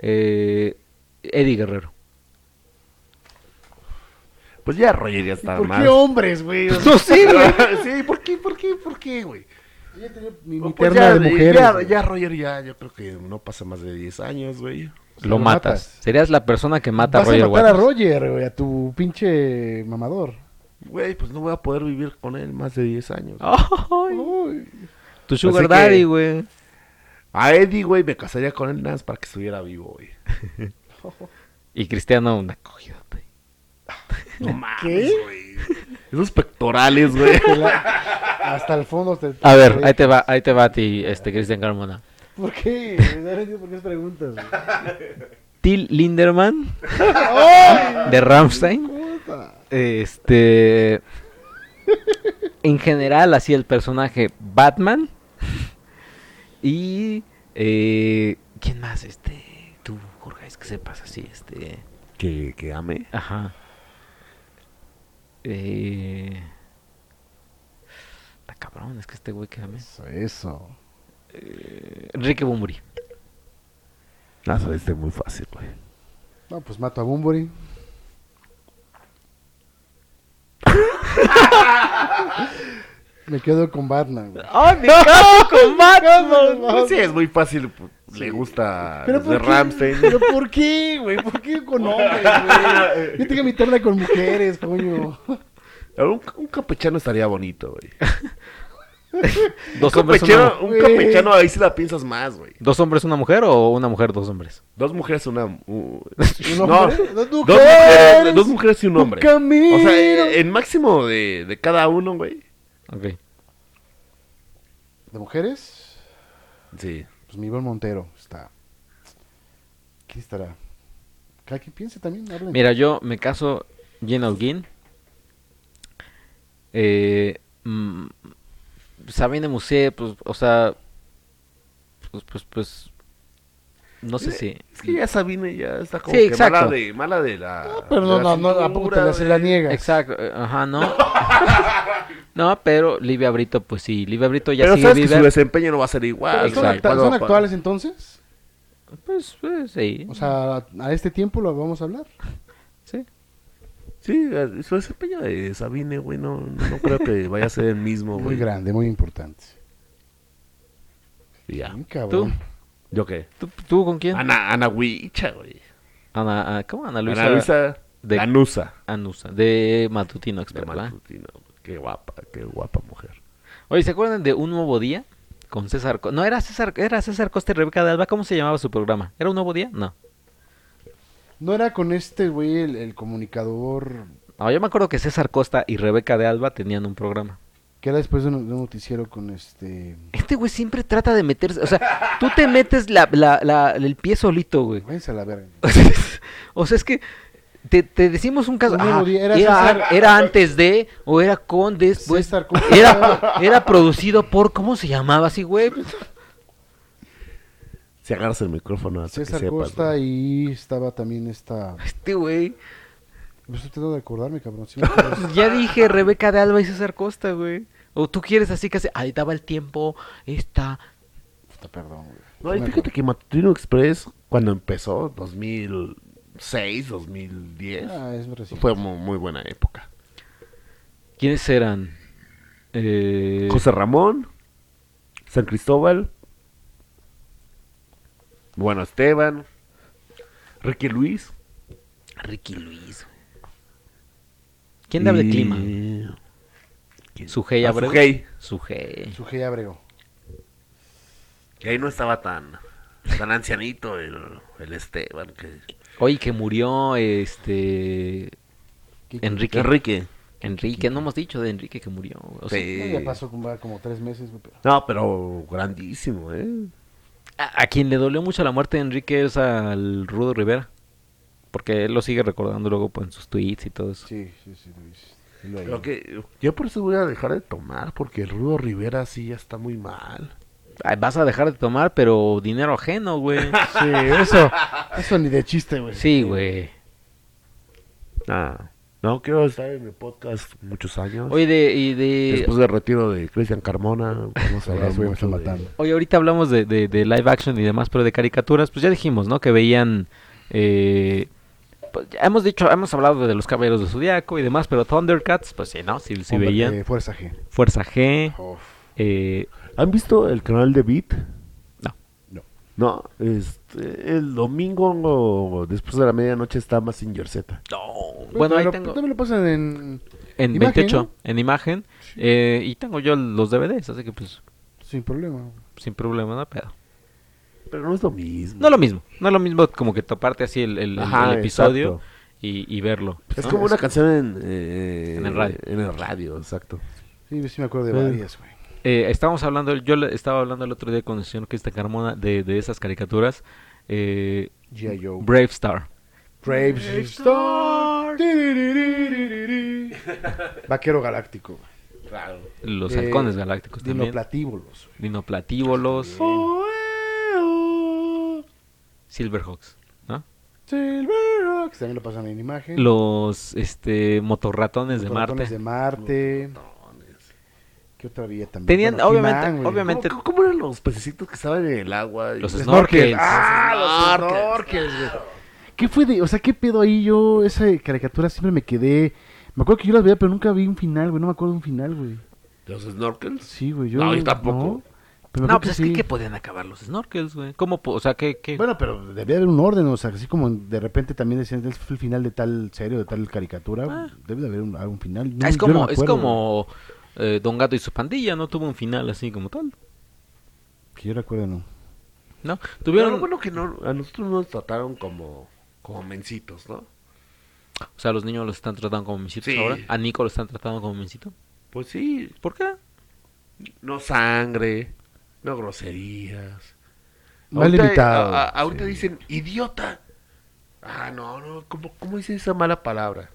A: Eh, Eddie Guerrero.
C: Pues ya Roger
B: ¿Y
C: ya está
B: por
C: más.
B: qué hombres, güey? O sea,
A: No sé, güey.
C: [laughs] sí, ¿por qué, por qué, por qué, güey?
B: yo tenía mi, mi
C: Pues
B: terna
C: ya,
B: de mujeres.
C: ya,
B: güey.
C: ya Roger ya, yo creo que no pasa más de 10 años, güey.
B: O sea,
A: Lo matas. Serías la persona que mata a
B: Vas a
A: Roger
B: matar a
A: Waters.
B: Roger, güey, a tu pinche mamador.
C: Güey, pues no voy a poder vivir con él más de 10 años.
A: Ay, Pues
B: Uy.
A: tu sugar
C: Así que-
A: daddy, güey.
C: A Eddie, güey, me casaría con él nada más para que estuviera vivo, güey.
A: Y Cristiano una cogida, güey.
C: No mames, güey. Esos pectorales, güey.
B: Te la- Hasta el fondo te...
A: A ver, ahí te va, ahí te va a ti, este, Cristian Carmona.
B: ¿Por qué? No entiendo ¿Por qué esas preguntas? güey.
A: Till Linderman, [laughs]
B: ¡Ay!
A: de Ramstein.
B: Puta.
A: Este. En general, así el personaje Batman. Y. eh, ¿Quién más? Este. Tú, Jorge, es que sepas así, este.
C: [laughs] Que, que ame.
A: Ajá. Eh. Está cabrón, es que este güey que ames.
B: Eso, eso.
A: Enrique Bumburi.
C: Ah, saliste muy fácil, güey.
B: No, pues mato a [laughs] Bumburi. Me quedo con Batman, güey.
A: ¡Ay, me cago con Batman!
C: Pues sí, es muy fácil. pues, Le gusta los
B: qué?
C: de Ramstein.
B: ¿Pero por qué, güey? ¿Por qué con hombres, [laughs] güey? Yo tengo mi terna con mujeres, coño.
C: Un, un campechano estaría bonito, güey.
A: ¿Dos
C: Un
A: hombres, una,
C: campechano,
A: mu-
C: un
B: güey.
C: campechano ahí sí la piensas más, güey.
A: ¿Dos hombres, una mujer o una mujer, dos hombres?
C: Dos mujeres, una. u-
B: ¿Un
C: no,
B: hombre? ¿Dos
C: dos,
B: mujeres?
C: mujeres, dos mujeres y un
B: Un
C: hombre.
B: camino.
C: O sea, eh, el máximo de, de cada uno, güey.
A: Ok.
B: ¿De mujeres?
C: Sí.
B: Pues mi buen Montero está. ¿Qué estará? Cada quien piense también, hablen.
A: Mira, yo me caso Jane Alguín. Eh, mm, Sabine Musée, pues, o sea, pues, pues, pues, no sé si.
C: Eh, Es que ya Sabine ya está como
A: Sí,
C: que
A: exacto.
C: mala de, mala de la.
B: No, Ah, pero
C: de
B: no,
C: la
B: no, no, ¿a poco te
C: cintura,
B: la, se la
C: güey.
B: niegas?
A: Exacto, eh, ajá,
C: [laughs]
A: no. no, pero Livia Brito, pues sí, Livia Brito ya
C: Pero
A: sigue
C: sabes que su
A: viva.
C: desempeño no va a ser igual.
B: ¿Son,
C: güey.
B: acta-
C: ¿Cuándo
B: son
C: va a-
B: actuales entonces?
A: Pues, pues, sí.
B: O sea, a este tiempo lo vamos a hablar.
A: sí.
C: Sí, eh, su desempeño de Sabine, güey, no, no creo que vaya a ser el mismo,
B: Muy
C: güey.
B: grande, muy importante.
C: Y Ya.
B: Bien, cabrón.
C: ¿Yo qué?
A: ¿Tú, tú con quién?
C: Ana, Ana Huicha, güey.
A: Ana, ah, ¿Cómo? Ana Luisa.
C: Ana Luisa
A: de-
C: Danusa.
A: Anusa, de Matutino
C: De
A: Expert, ¿verdad?
C: Matutino. Qué guapa, qué guapa mujer.
A: Oye, ¿se acuerdan de Un Nuevo Día? Con César... Co- No, era César, era César Costa y Rebeca de Alba. ¿Cómo se llamaba su programa? ¿Era Un Nuevo Día? No.
B: No era con este güey el, el comunicador
A: No, yo me acuerdo que César Costa y Rebeca de Alba tenían un programa.
B: que era después de un, de un noticiero con este.
A: Este güey siempre trata de meterse... O sea, tú te metes la- la- la- el pie solito, güey. [laughs]
B: Váyanse a la verga.
A: o sea, es que te, te decimos un caso.
B: Un
A: ah,
B: nuevo día,
A: era,
B: era César-
A: era antes de, o era con, después.
B: César Costa.
A: Era, era producido por, ¿cómo se llamaba así, güey?
C: Si agarras el micrófono, hasta
B: César
C: que sepas,
B: Costa
C: güey.
B: y estaba también esta.
A: Este güey.
B: Me estoy tratando de acordarme, cabrón.
C: [laughs]
B: sí me acuerdo.
A: Ya dije Rebeca de Alba y César Costa, güey. O tú quieres así que hace, ahí daba el tiempo, esta.
B: Puta, perdón, güey.
C: No, y
B: me
C: fíjate que Matutino Express, cuando empezó, 2006, 2010,
B: acuerdo. Ah, es reciente.
C: fue mu- muy, buena época.
A: ¿Quiénes eran? Eh,
C: José Ramón, San Cristóbal, bueno, Esteban, Ricky Luis.
A: Ricky Luis. güey. ¿Quién habla de
C: y-
A: clima? Sugey
C: Ah,
A: Abreu.
C: Sugey.
A: Sugey.
B: Sujei Abreu.
C: Y ahí no estaba tan, tan ancianito el, el Esteban. Que...
A: Oye, que murió este.
B: ¿Qué- qué-
A: Enrique.
C: Enrique.
A: Enrique, no hemos dicho de Enrique que murió. güey. O sea,
C: Sí.
B: No, Ya pasó como, como tres meses, güey. pero-
C: No, pero grandísimo, ¿eh?
A: a, a quien le dolió mucho la muerte de Enrique es al Rudo Rivera. Porque él lo sigue recordando luego pues, en sus tweets y todo eso.
B: Sí, sí, sí, lo hice. Sí lo
C: Pero
B: hice.
C: que yo por eso voy a dejar de tomar, porque el Rudo Rivera sí ya está muy mal.
A: Ay, vas a dejar de tomar, pero dinero ajeno, güey.
B: [laughs] Sí, eso. Eso ni de chiste, güey.
A: Sí, güey.
C: Ah. No quiero estar en el podcast muchos años.
A: Oye, de, y de,
C: Después del retiro de Cristian Carmona, vamos a hablar
B: Las güey me
C: mucho
B: están
C: de-
B: matando.
A: Oye, ahorita hablamos de, de- de live action y demás, pero de caricaturas, pues ya dijimos, ¿no? Que veían. eh, pues ya hemos dicho, hemos hablado de los Caballeros de Zodiaco y demás, pero Thundercats, pues sí, ¿no? Si, si
B: Hombre,
A: veían.
B: eh, Fuerza G.
A: Fuerza G.
B: Uf.
A: eh,
C: ¿Han visto el canal de Beat?
A: No.
B: No.
C: No, este, el domingo después de la medianoche está Massinger Z.
A: Bueno, ahí
B: Pero
A: tengo.
B: también lo pasan en.
A: En
B: imagen,
A: 28,
B: ¿no?
A: en imagen. eh, y tengo yo los DVDs, así que pues
B: Sin problema.
A: sin problema, no hay pedo.
C: Pero no es lo mismo.
A: No es lo mismo, no es lo mismo como que toparte así el, el- el
C: Ajá,
A: episodio
C: exacto.
A: y, y verlo.
C: Es
B: ¿no?
C: como
B: Es-
C: una canción en, eh,
A: En el radio.
C: En el radio, exacto.
B: Sí, sí me acuerdo de
C: Eh.
B: varias, güey.
A: Eh, estábamos hablando, yo le- estaba hablando el otro día con el señor Cristian Carmona de, de esas caricaturas. Eh,
B: G.I. Joe.
A: Brave Star.
B: Brave Star. Tiririririri. Vaquero Galáctico. güey.
A: Los
B: Eh,
A: halcones galácticos también.
B: Dinoplatívolos. güey.
A: Dinoplatívolos. Silverhawks. ¿no?
B: Silverhawks. También lo pasan en imagen.
A: Los este motorratones de
B: Ratones
A: Marte.
B: de Marte. ¿Qué otra vía también?
A: Tenían,
B: Bueno,
A: obviamente,
B: He-Man, güey.
A: obviamente-
C: ¿Cómo, cómo- cómo eran los pececitos que estaban en el agua? Y-
A: Los
B: Snorkel.
A: snorkels.
B: Ah, los snorkels, güey. ¿Qué fue de.? O sea, ¿qué pedo ahí yo? Esa caricatura siempre me quedé. Me acuerdo que yo las veía, pero nunca vi un final, güey. No me acuerdo de un final, güey.
C: ¿Los snorkels?
B: Sí, güey. Yo,
C: No, yo tampoco.
B: Pero me
A: No,
B: acuerdo
A: pues es
B: sí.
A: que, ¿qué eh. podían acabar los snorkels, güey? ¿Cómo? po- O sea, ¿qué? qué?
B: Bueno, pero debía haber un orden, o sea, así como de repente también decían, "Este fue el final de tal serie o de tal caricatura,
A: Ah.
B: debe de haber un, algún final.
A: Ah,
B: No,
A: es
B: yo no me
A: como, es
B: acuerdo,
A: como eh, Don Gato y su pandilla, no tuvo un final así como tal,
B: güey. Que yo recuerdo, no.
A: ¿no?
C: Pero
A: Tuvieron,
C: lo bueno que no, a nosotros nos trataron como, como mencitos, ¿no?
A: o sea, los niños los están tratando como misitos
C: Sí.
A: ahora, a Nico lo están tratando como misito.
C: Pues sí,
A: ¿Por qué?
C: no sangre, no groserías.
B: Más
C: Ahorita,
B: limitado.
C: a- a- ahorita
B: sí.
C: dicen idiota. Ah, no, no, ¿cómo, cómo dice esa mala palabra?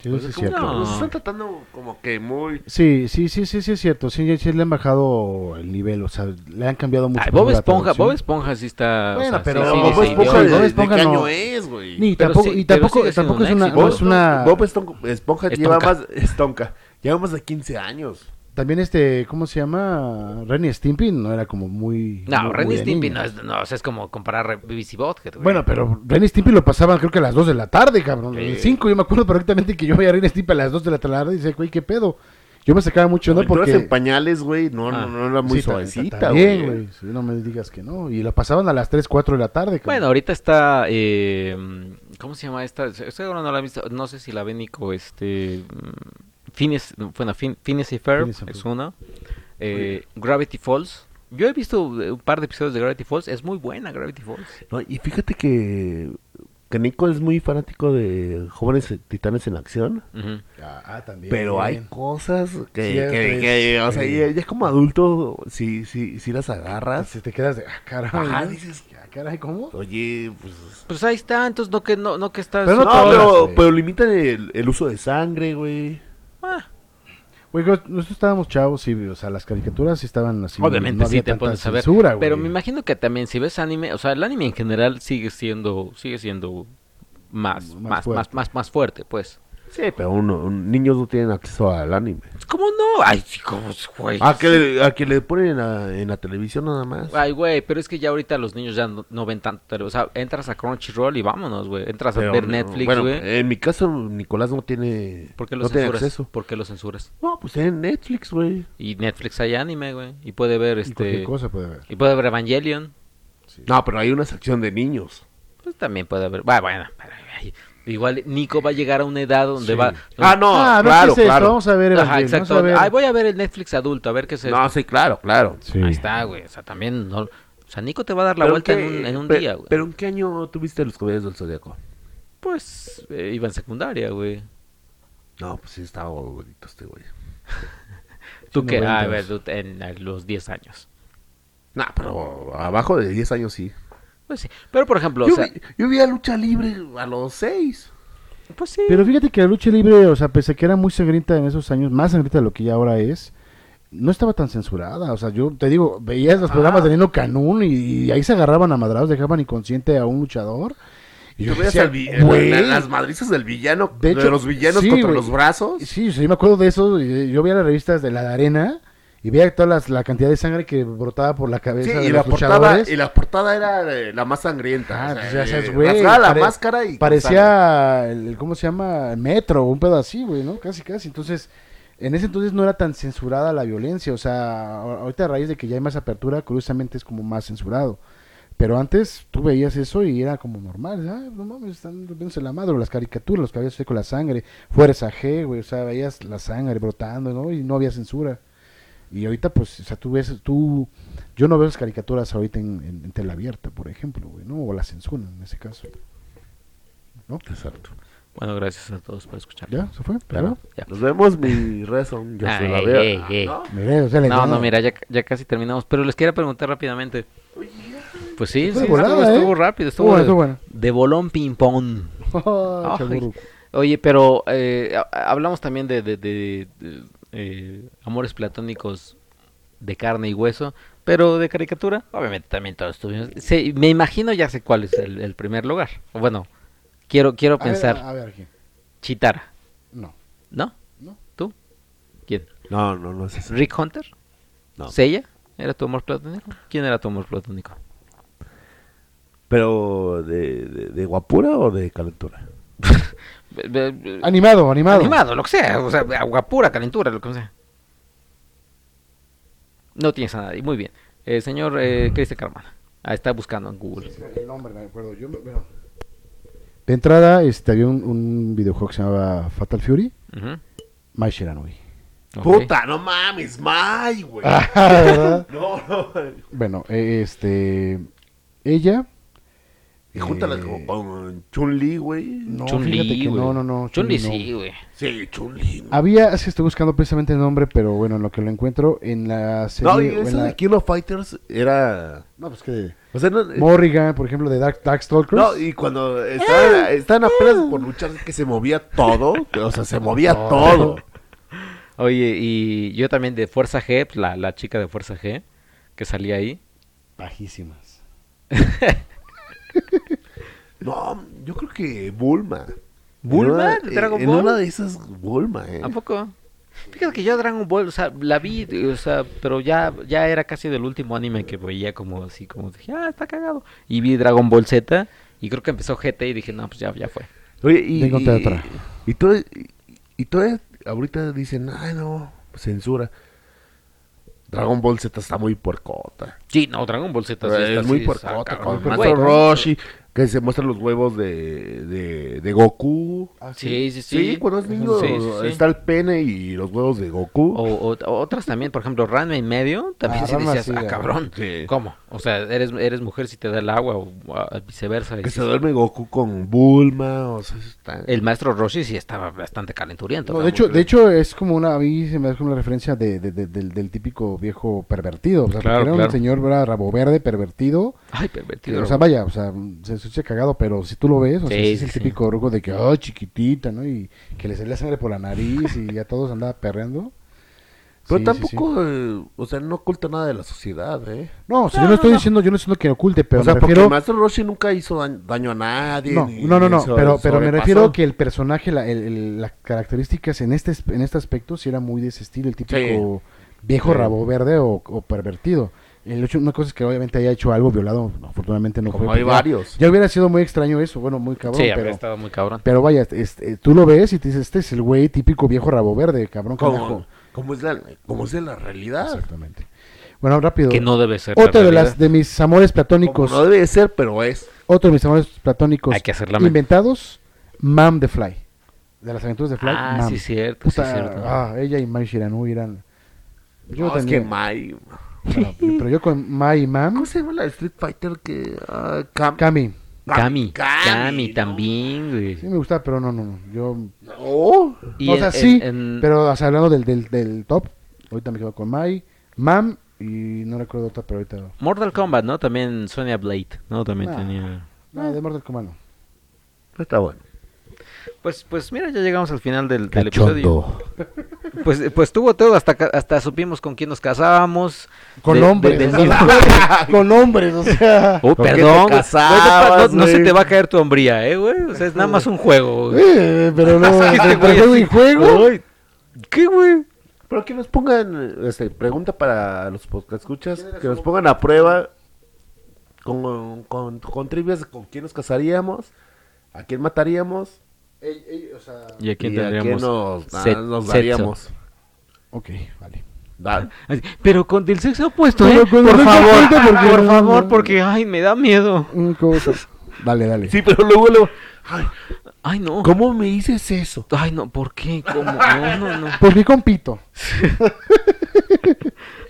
B: Sí,
C: O
B: sí,
C: sea,
B: es
C: como que
B: cierto.
A: no.
C: Nos están tratando como que muy...
B: Sí, sí, sí, sí, sí, es cierto. Sí, ya- sí le han bajado el nivel, o sea, le han cambiado mucho.
A: Ay,
B: por
A: Bob
B: la
A: Esponja,
B: traducción.
A: Bob Esponja sí está... o
B: Bueno,
A: sea, sí,
B: pero
A: sí,
B: Bob
A: sí, sí,
B: Esponja
A: sí,
B: Bob
A: sí.
B: es- Esponja
C: pues, ¿de qué
B: no.
C: año es, güey?
B: Ni,
A: Pero
B: tampoco,
A: sí-
B: y
A: pero
B: tampoco,
A: sigue siendo
B: tampoco
A: un
B: es una,
A: éxito.
B: no es una...
C: Bob Eston- Esponja lleva
A: Estonca.
C: más... Estonca. Lleva más de 15 años.
B: También este, ¿cómo se llama? Renny Stimpy no era como muy...
A: No,
B: muy-
A: Randy
B: muy de
A: Stimpy
B: niño.
A: no es, no, o sea, es como comparar Re- BBC Botket, güey.
B: Bueno, pero Ren Stimpy lo pasaban creo que a las 2 de la tarde, cabrón.
C: Sí.
B: El 5, yo me acuerdo perfectamente que yo veía a Ren Stimpy a las 2 de la tarde y decía, güey, ¿qué pedo? Yo me sacaba mucho onda
C: Aventuras
B: porque... Ah,
C: en pañales, güey, no, no, no era muy
B: Sí, ta- ta-
C: suavecita,
B: también,
C: güey.
B: güey. Sí, no me digas que no. Y la pasaban a las 3, 4 de la tarde. cabrón.
A: Bueno, ahorita está. eh, ¿Cómo se llama esta? Se- Seguro no la he visto. No sé si la ve Nico. Este. mm, Phineas, no, bueno, Fin- Phineas y Ferb
B: Phineas and
A: es
B: Ferb.
A: una. Eh, Gravity Falls. Yo he visto eh, un par de episodios de Gravity Falls. Es muy buena Gravity Falls.
C: No, y fíjate que, que Nico es muy fanático de Jóvenes Titanes en Acción.
A: Ujú.
B: Ah, ah, también.
C: Pero hay cosas que,
B: Sí,
C: que-
B: es-
C: que, o sea,
B: sí.
C: ya, ya como adulto, si, si, si las
B: Ah,
C: agarras,
B: Si te quedas de... Ah, caray.
C: Ajá,
B: ¿no?
C: dices-
B: Ah, caray, ¿cómo?
C: oye, pues...
A: Pues ahí está. Entonces no que, no, no que estás.
B: Pero
C: No, eh,
B: no todas,
C: pero,
B: güey.
C: pero limitan el, el uso de sangre, güey.
A: Ah,
B: Güey, güey, nosotros estábamos chavos y, o sea, las caricaturas sí estaban así.
A: obviamente
B: no
A: sí
B: había
A: te
B: tanta
A: pones a ver.
B: censura, güey.
A: pero me imagino que también si ves anime. O sea, el anime en general sigue siendo. Sigue siendo más,
B: Más
A: más, más,
B: fuerte.
A: más, más fuerte, pues.
C: Sí, pero uno, un- niños no tienen acceso al anime.
A: ¿Cómo no? Ay, ¿cómo, güey?
B: Ah,
C: A que, le- a que le ponen en la, en la televisión nada más.
A: Ay, güey, pero es que ya ahorita los niños ya no, no ven tanto tele. O sea, entras a Crunchyroll y vámonos, güey. Entras a
C: Pero
A: ver
C: no-
A: Netflix,
C: bueno,
B: eh,
A: güey.
C: en mi caso, Nicolás no tiene,
A: ¿Por qué lo
C: no tiene
A: censuras?
C: acceso.
A: ¿Por qué lo censuras?
C: No, pues en Netflix, güey.
A: Y Netflix hay anime, güey. Y puede ver,
B: Y cualquier
A: este...
B: cosa puede haber.
A: Y puede ver Evangelion.
C: No, pero hay una sección de niños.
A: Pues también puede ver... Bueno, bueno. pero, ay, Igual Nico va a llegar a una edad donde
B: Sí.
A: va...
C: Ah, no,
B: Ah, a ver qué
C: claro,
B: es esto,
C: claro.
B: Vamos a ver,
A: Ajá,
B: Evangelio,
A: exacto.
B: Vamos a ver.
A: Ay, voy a ver el Netflix adulto, a ver qué es
C: No,
A: esto.
C: sí, claro, claro.
B: Sí.
A: Ahí está, güey. O sea, también no... O sea, Nico te va a dar la
C: Pero
A: vuelta en
C: qué-
A: un, en un
C: pe-
A: día, güey.
C: Pero ¿en qué año tuviste los Caballeros del Zodíaco?
A: Pues eh, iba en secundaria, güey.
C: No, pues sí, estaba bonito este güey.
A: Tú
B: Sí,
A: que... Ah, a ver,
B: noventas.
A: tú te- en a los 10 años.
C: No, pero abajo de 10 años sí.
A: Pues sí. Pero por ejemplo, o
C: yo,
A: sea,
C: vi, yo vi a lucha libre a los 6.
A: pues sí.
B: Pero fíjate que la lucha libre, o sea, pese a que era muy sangrienta en esos años, más sangrienta de lo que ya ahora es, no estaba tan censurada. O sea, yo te digo, veías
C: Ah.
B: los programas de Nino Canún y, y ahí se agarraban a madrados, dejaban inconsciente a un luchador.
C: Y
B: yo
C: tú veías
B: decía,
C: al vi-
B: "Güey".
C: la- las madrizas del villano, de,
B: De hecho,
C: los villanos
B: sí,
C: contra
B: güey.
C: los brazos.
B: Sí, sí, yo me acuerdo de eso. y eh, Yo veía las revistas de la de arena y veía toda las- la cantidad de sangre que brotaba por la
C: Sí,
B: cabeza de
C: y la,
B: los
C: portada,
B: luchadores.
C: y la portada era eh, la más sangrienta.
B: Ah,
C: o sea,
B: pues ya sabes,
C: eh,
B: güey,
C: rasgaba la
B: pare-
C: máscara y. con sangre.
B: parecía el cómo se llama metro un pedo así güey no casi casi entonces en ese entonces no era tan censurada la violencia o sea a- ahorita a raíz de que ya hay más apertura curiosamente es como más censurado pero antes tú veías eso y era como normal ah no mames están rompiéndose la madre o las caricaturas los cabellos con la sangre fuerza G güey o sea veías la sangre brotando no y no había censura y ahorita pues o sea tú ves tú yo no veo las caricaturas ahorita en, en- en tela abierta, por ejemplo, güey, ¿no? O la censura en ese caso. ¿No?
C: Exacto.
A: Bueno, gracias a todos por escuchar.
B: ¿Ya? ¿Se fue?
C: Claro.
B: ¿Pero?
A: Ya.
C: Nos vemos, mi razón. Yo
A: Ah,
C: se la
A: ey,
C: veo.
A: ey,
C: Ah,
A: ey.
C: ¿no?
B: Mira, o sea, la
A: No,
B: idea-
A: no,
B: [laughs]
A: mira, ya, ya casi terminamos. Pero les quiero preguntar rápidamente. Pues sí,
B: Estuvo
A: sí,
B: de volada,
A: estuvo, estuvo
B: ¿eh?
A: rápido,
B: Estuvo
A: estuvo,
B: bueno,
A: de,
B: estuvo bueno.
A: de bolón ping-pong.
B: Oh,
A: Ay.
B: chaburro.
A: Oye, pero eh, ha- hablamos también de, de- de- de, eh, amores platónicos de carne y hueso, pero de caricatura, obviamente también todos tuvimos. Sí, me imagino ya sé cuál es el, el primer lugar. Bueno, quiero quiero
B: A ver,
A: pensar,
B: A ver, ¿quién?
A: Chitara,
B: No.
A: ¿no?
B: No.
A: ¿Tú? ¿Quién?
C: No, no, no es eso.
A: ¿Rick Hunter?
C: No.
A: ¿Sella? ¿Era tu amor platónico? ¿Quién era tu amor platónico?
C: ¿Pero de, de, de guapura o de calentura?
A: Be- be- be-
B: Animado, animado.
A: animado, lo que sea. O sea, agua pura, calentura, lo que sea. No tienes a nadie. Muy bien. Eh, señor eh, Cristian Carmona. Ah, está buscando en Google.
B: El nombre, me acuerdo. Yo me- bueno. De entrada, este, había un, un videojuego que se llamaba Fatal Fury,
A: Ujú. [laughs]
B: Mai Shiranui.
A: Ok. Ah.
C: Puta, no mames, May, güey.
B: Ah, ¿Verdad?
C: No, no.
B: bueno, eh, este... Ella...
C: Y júntala con, con Chun-Li, güey.
B: No, fíjate
A: Chun-Li,
B: que
A: güey.
B: no, no, no.
A: Chun-Li
B: no.
A: sí, güey.
C: Sí, Chun-Li. güey.
B: Había, sí, estoy buscando precisamente el nombre, pero bueno, en lo que lo encuentro en la serie.
C: No, y
B: o en
C: eso
B: la-
C: de King of Fighters era.
B: No, pues que.
C: O sea, no. eh,
B: Morrigan, por ejemplo, de Dark Darkstalkers.
C: no, y cuando
A: Ah.
C: estaban, estaban apenas por luchar, que se movía todo. O sea, se movía
A: Ah.
C: todo.
A: Oye, y yo también de Fuerza G, pues, la, la chica de Fuerza G, que salía ahí.
B: Bajísimas.
C: No, yo creo que Bulma.
A: ¿Bulma?
C: En una-
A: ¿De Dragon
C: en
A: Ball?
C: una de esas, Bulma, eh.
A: ¿A poco? Fíjate que yo Dragon Ball, o sea, la vi, o sea, pero ya, ya era casi del último anime que veía como así, como dije, ah, está cagado. Y vi Dragon Ball Z y creo que empezó GT y dije, no, pues ya, ya fue.
C: Oye, y,
B: Ya encontré
C: y,
B: otra.
C: y, todo- y, y todavía ahorita dicen, ay, no, censura. Dragon Ball Z está muy puercota.
A: Sí, no, Dragon Ball Z. sí
C: es
A: está
C: muy
A: así, ah,
C: puercota.
A: saca-
C: Con el
A: güey,
C: Maestro
A: ¿no?
C: Roshi, que se muestran los huevos de, de, de Goku.
B: Ah,
A: Sí, sí, sí.
C: Sí, cuando es niño
A: Sí, sí, sí. Oh,
C: está el pene y los huevos de Goku.
A: O, o- o otras también, por ejemplo, Ranma y medio, también
B: Ah,
A: se
B: Ranma
A: decías,
B: sí,
A: ah,
B: ah,
A: cabrón,
C: sí.
A: ¿cómo? O sea, eres, eres mujer si te da el agua o ah, viceversa. y
C: que se
A: sí.
C: duerme Goku con Bulma. O sea, está...
A: El maestro Roshi sí estaba bastante calenturiento.
B: No, de,
A: Dragon
B: hecho,
A: Ball.
B: de hecho, es como una, a mí se me da como una referencia de, de- de- del, del típico viejo pervertido. O sea,
A: Claro,
B: porque era
A: claro.
B: un señor era rabo verde, pervertido.
A: Ay,
B: que,
A: pervertido.
B: o sea, vaya, o sea, se escucha cagado, pero si tú lo ves, o sea,
A: Sí,
B: sí es
A: sí,
B: el
A: sí.
B: típico ruco de que, oh, chiquitita, ¿no? Y que le salía sangre por la nariz y a todos andaba perreando.
C: Pero
B: Sí, sí, sí.
C: tampoco, eh, o sea, no oculta nada de la sociedad, ¿eh?
B: No, o sea, yo no estoy diciendo, yo no estoy diciendo que oculte, pero
C: o sea,
B: me
C: porque
B: refiero...
C: el maestro Roshi nunca hizo daño, daño a nadie.
B: No,
C: ni-
B: no, no,
C: ni
B: no,
C: eso-
B: pero, pero me
C: sobrepasó.
B: refiero que el personaje, la- el- el- las características en este, en este aspecto sí era muy de ese estilo, el típico viejo
C: Sí.
B: rabo verde o, o pervertido. El hecho- una cosa es que obviamente haya hecho algo violado, no, afortunadamente no
C: Como
B: fue.
C: hay
B: pero ya-
C: varios.
B: Ya hubiera sido muy extraño eso, bueno, muy cabrón,
A: sí, había
B: pero,
A: estado muy cabrón.
B: pero vaya, este, tú lo ves y te dices, este es el güey típico viejo rabo verde, cabrón,
C: Como,
B: carajo".
C: como es la, como es de la realidad.
B: Exactamente. Bueno, rápido.
A: Que no debe ser. la
B: Otro de,
A: realidad.
B: las, de mis amores
C: Como
B: platónicos,
C: no debe de ser, pero es.
B: otro de mis amores platónicos
A: Hay que hacerla men-
B: inventados, Mam the Fly. De las aventuras de Fly,
A: Ah,
B: Mam.
A: sí, cierto,
B: Puta,
A: sí, cierto.
B: ah, ella y Mai Shiranu eran. Yo
C: no, es que
B: también.
C: Mai.
B: bueno, [laughs] pero yo con Mai y Mam,
C: ¿Cómo se llama la de Street Fighter que. ah, Cam-
B: Cami.
A: Cami, Cami
C: ¿no?
A: también, güey.
B: Sí me gustaba, pero no, no, no. Yo,
C: No.
A: Y
B: o
A: en-
B: sea,
A: en-
B: sí,
A: en-
B: pero o sea, hablando del, del, del top, ahorita me quedo con Mai, Mam y no recuerdo otra, pero ahorita.
A: Mortal Kombat, ¿no? También Sonya Blade, ¿no? También
B: Nah.
A: tenía...
B: No, de Mortal Kombat no.
C: Está bueno.
A: Pues, pues mira, ya llegamos al final del, del episodio. [laughs]
C: Cachondo.
A: Pues, pues tuvo todo, hasta, ca- hasta supimos con quién nos casábamos.
B: Con
A: de- de-
B: hombres.
A: del
B: o sea,
A: [laughs] mismo-
B: con hombres, o sea.
A: Oh,
C: ¿Con qué te
A: perdón. güey.
C: casabas,
A: Güey, no, no- no se
C: güey?
A: te va a caer tu hombría, ¿eh, güey? O sea, es nada más un juego. güey.
B: Eh, pero no,
A: Es que este
B: entre
A: güey
B: juego
A: así-
B: y juego.
A: Ay, [laughs] ¿Qué, güey?
C: Pero que nos pongan, este, pregunta para los escuchas, que nos pongan a prueba con, con, con trivias de con quién nos casaríamos, a quién mataríamos
A: ¿Y a quién
C: y a quién
A: tendríamos?
C: nos, da-
A: set-
C: nos
A: sexo?
C: daríamos.
B: Ok, vale.
C: Da-
A: Así, Pero con del sexo opuesto,
B: Pero
A: ¿eh?
B: con el
A: Por
B: sexo
A: favor,
B: opuesto, porque
A: por
B: no,
A: favor,
B: no.
A: porque, ay, me da miedo.
B: Mm, ¿cómo estás? Dale, dale.
C: Sí, pero luego, luego, ay,
A: Ay, no.
C: ¿cómo me dices eso?
A: Ay, no, ¿por qué? ¿Cómo? No, no, no.
B: ¿Por qué Pues compito?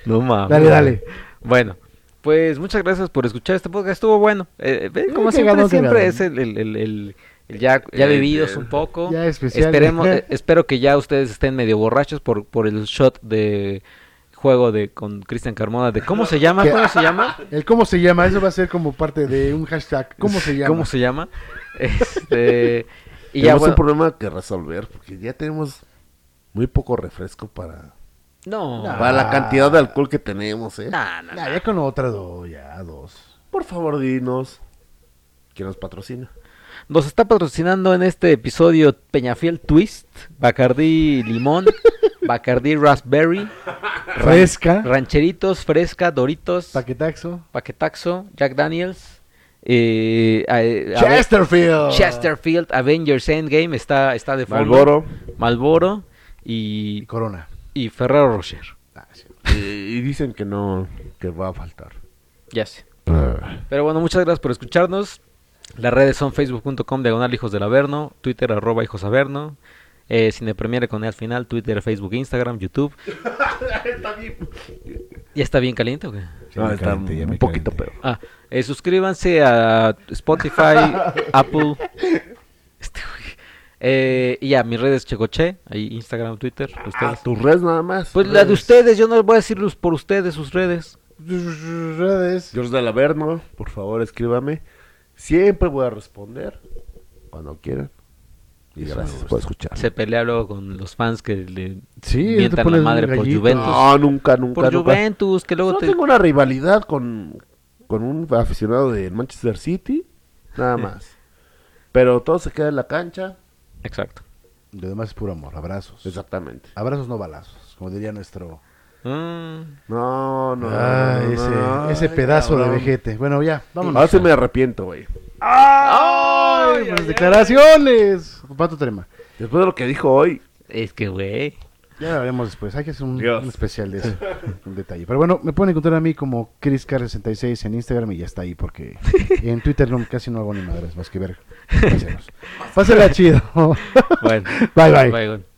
A: No mames.
B: Dale, dale.
A: Bueno, pues muchas gracias por escuchar este podcast. Estuvo bueno. Eh, eh, como
B: Eh,
A: siempre,
B: cagado,
A: siempre
B: cagado.
A: es el, el- el- el- el ya, ya
C: El-
A: bebidos
C: el-
A: un poco.
B: Ya especial.
A: Esperemos,
B: [laughs]
A: eh, espero que ya ustedes estén medio borrachos por, por el shot de juego de con Cristian Carmona de cómo se llama
B: ¿Qué?
A: cómo se llama
B: El cómo se llama, eso va a ser como parte de un hashtag. ¿Cómo se llama?
A: cómo se
B: [laughs]
A: llama este y ya
C: tenemos
A: bueno,
C: un problema que resolver, porque ya tenemos muy poco refresco para,
A: no
C: para la cantidad de alcohol que tenemos, ¿eh?
A: no, no,
B: Nah, ya con otra dos, ya dos.
C: Por favor, dinos, ¿quién
A: [laughs]
C: nos patrocina?
A: Nos está patrocinando en este episodio Peñafiel Twist, Bacardí Limón,
B: [laughs]
A: Bacardí Raspberry,
B: Fresca,
A: Rancheritos, Fresca, Doritos,
B: paquetaxo.
A: Paquetaxo, Jack Daniels, eh, a- a-
B: Chesterfield.
A: Chesterfield, Avengers Endgame está, está de fondo.
C: Malboro.
A: Malboro
B: Y
A: y,
B: corona.
A: y Ferrero Rocher.
C: y dicen que no, que va a faltar.
A: Ya sé. Pero bueno, muchas gracias por escucharnos. Las redes son facebook.com diagonal hijos del averno, twitter arroba hijos averno, eh, cinepremiere con E al final, twitter, facebook, instagram, [laughs] youtube. ¿Ya está bien caliente o qué?
C: No, está un poquito peor.
A: Ah, eh, suscríbanse a
C: [laughs]
A: Spotify, Apple. Este güey. Eh, y a mis redes Checoche, ahí Instagram, Twitter, ustedes.
C: Ah, tus redes nada más.
A: Pues la de ustedes, yo no les voy a decir los- por ustedes sus redes.
B: Redes.
C: George del Averno, por favor, escríbame. Siempre voy a responder cuando quieran. Y
B: Eso me
C: gracias
B: gusta.
C: por escuchar.
A: Se pelea luego con los fans que le
B: Sí, te
A: mientan la
B: pones
A: madre por
B: gallito.
A: Juventus.
C: No, nunca, nunca,
A: por
C: nunca.
A: Juventus, que luego
C: Solo
A: te...
C: tengo una rivalidad con, con un aficionado del Manchester City, nada [laughs] más. Pero todo se queda en la cancha.
A: Exacto.
B: Lo demás es puro amor, abrazos.
C: Exactamente.
B: Abrazos no balazos, como diría nuestro...
A: Mm,
C: No, no.
B: Ah,
C: no,
B: ese,
C: no,
B: ese
C: ay,
B: pedazo
C: cabrón.
B: de vejete. Bueno, ya, vámonos.
C: Ahora sí me arrepiento, güey.
B: ¡Ay,
A: Ah.
B: pues, declaraciones! Pato Trema.
C: Después de lo que dijo hoy,
A: es que, güey.
B: Ya lo haremos después. Hay que hacer un,
C: Dios.
B: un especial de eso. un detalle. Pero bueno, me pueden encontrar a mí como ChrisCar66 en Instagram y ya está ahí porque en Twitter no, casi no hago ni madres más que ver. paisanos. Pásela chido.
A: Bueno.
B: [laughs] Bye, bye.
A: bye.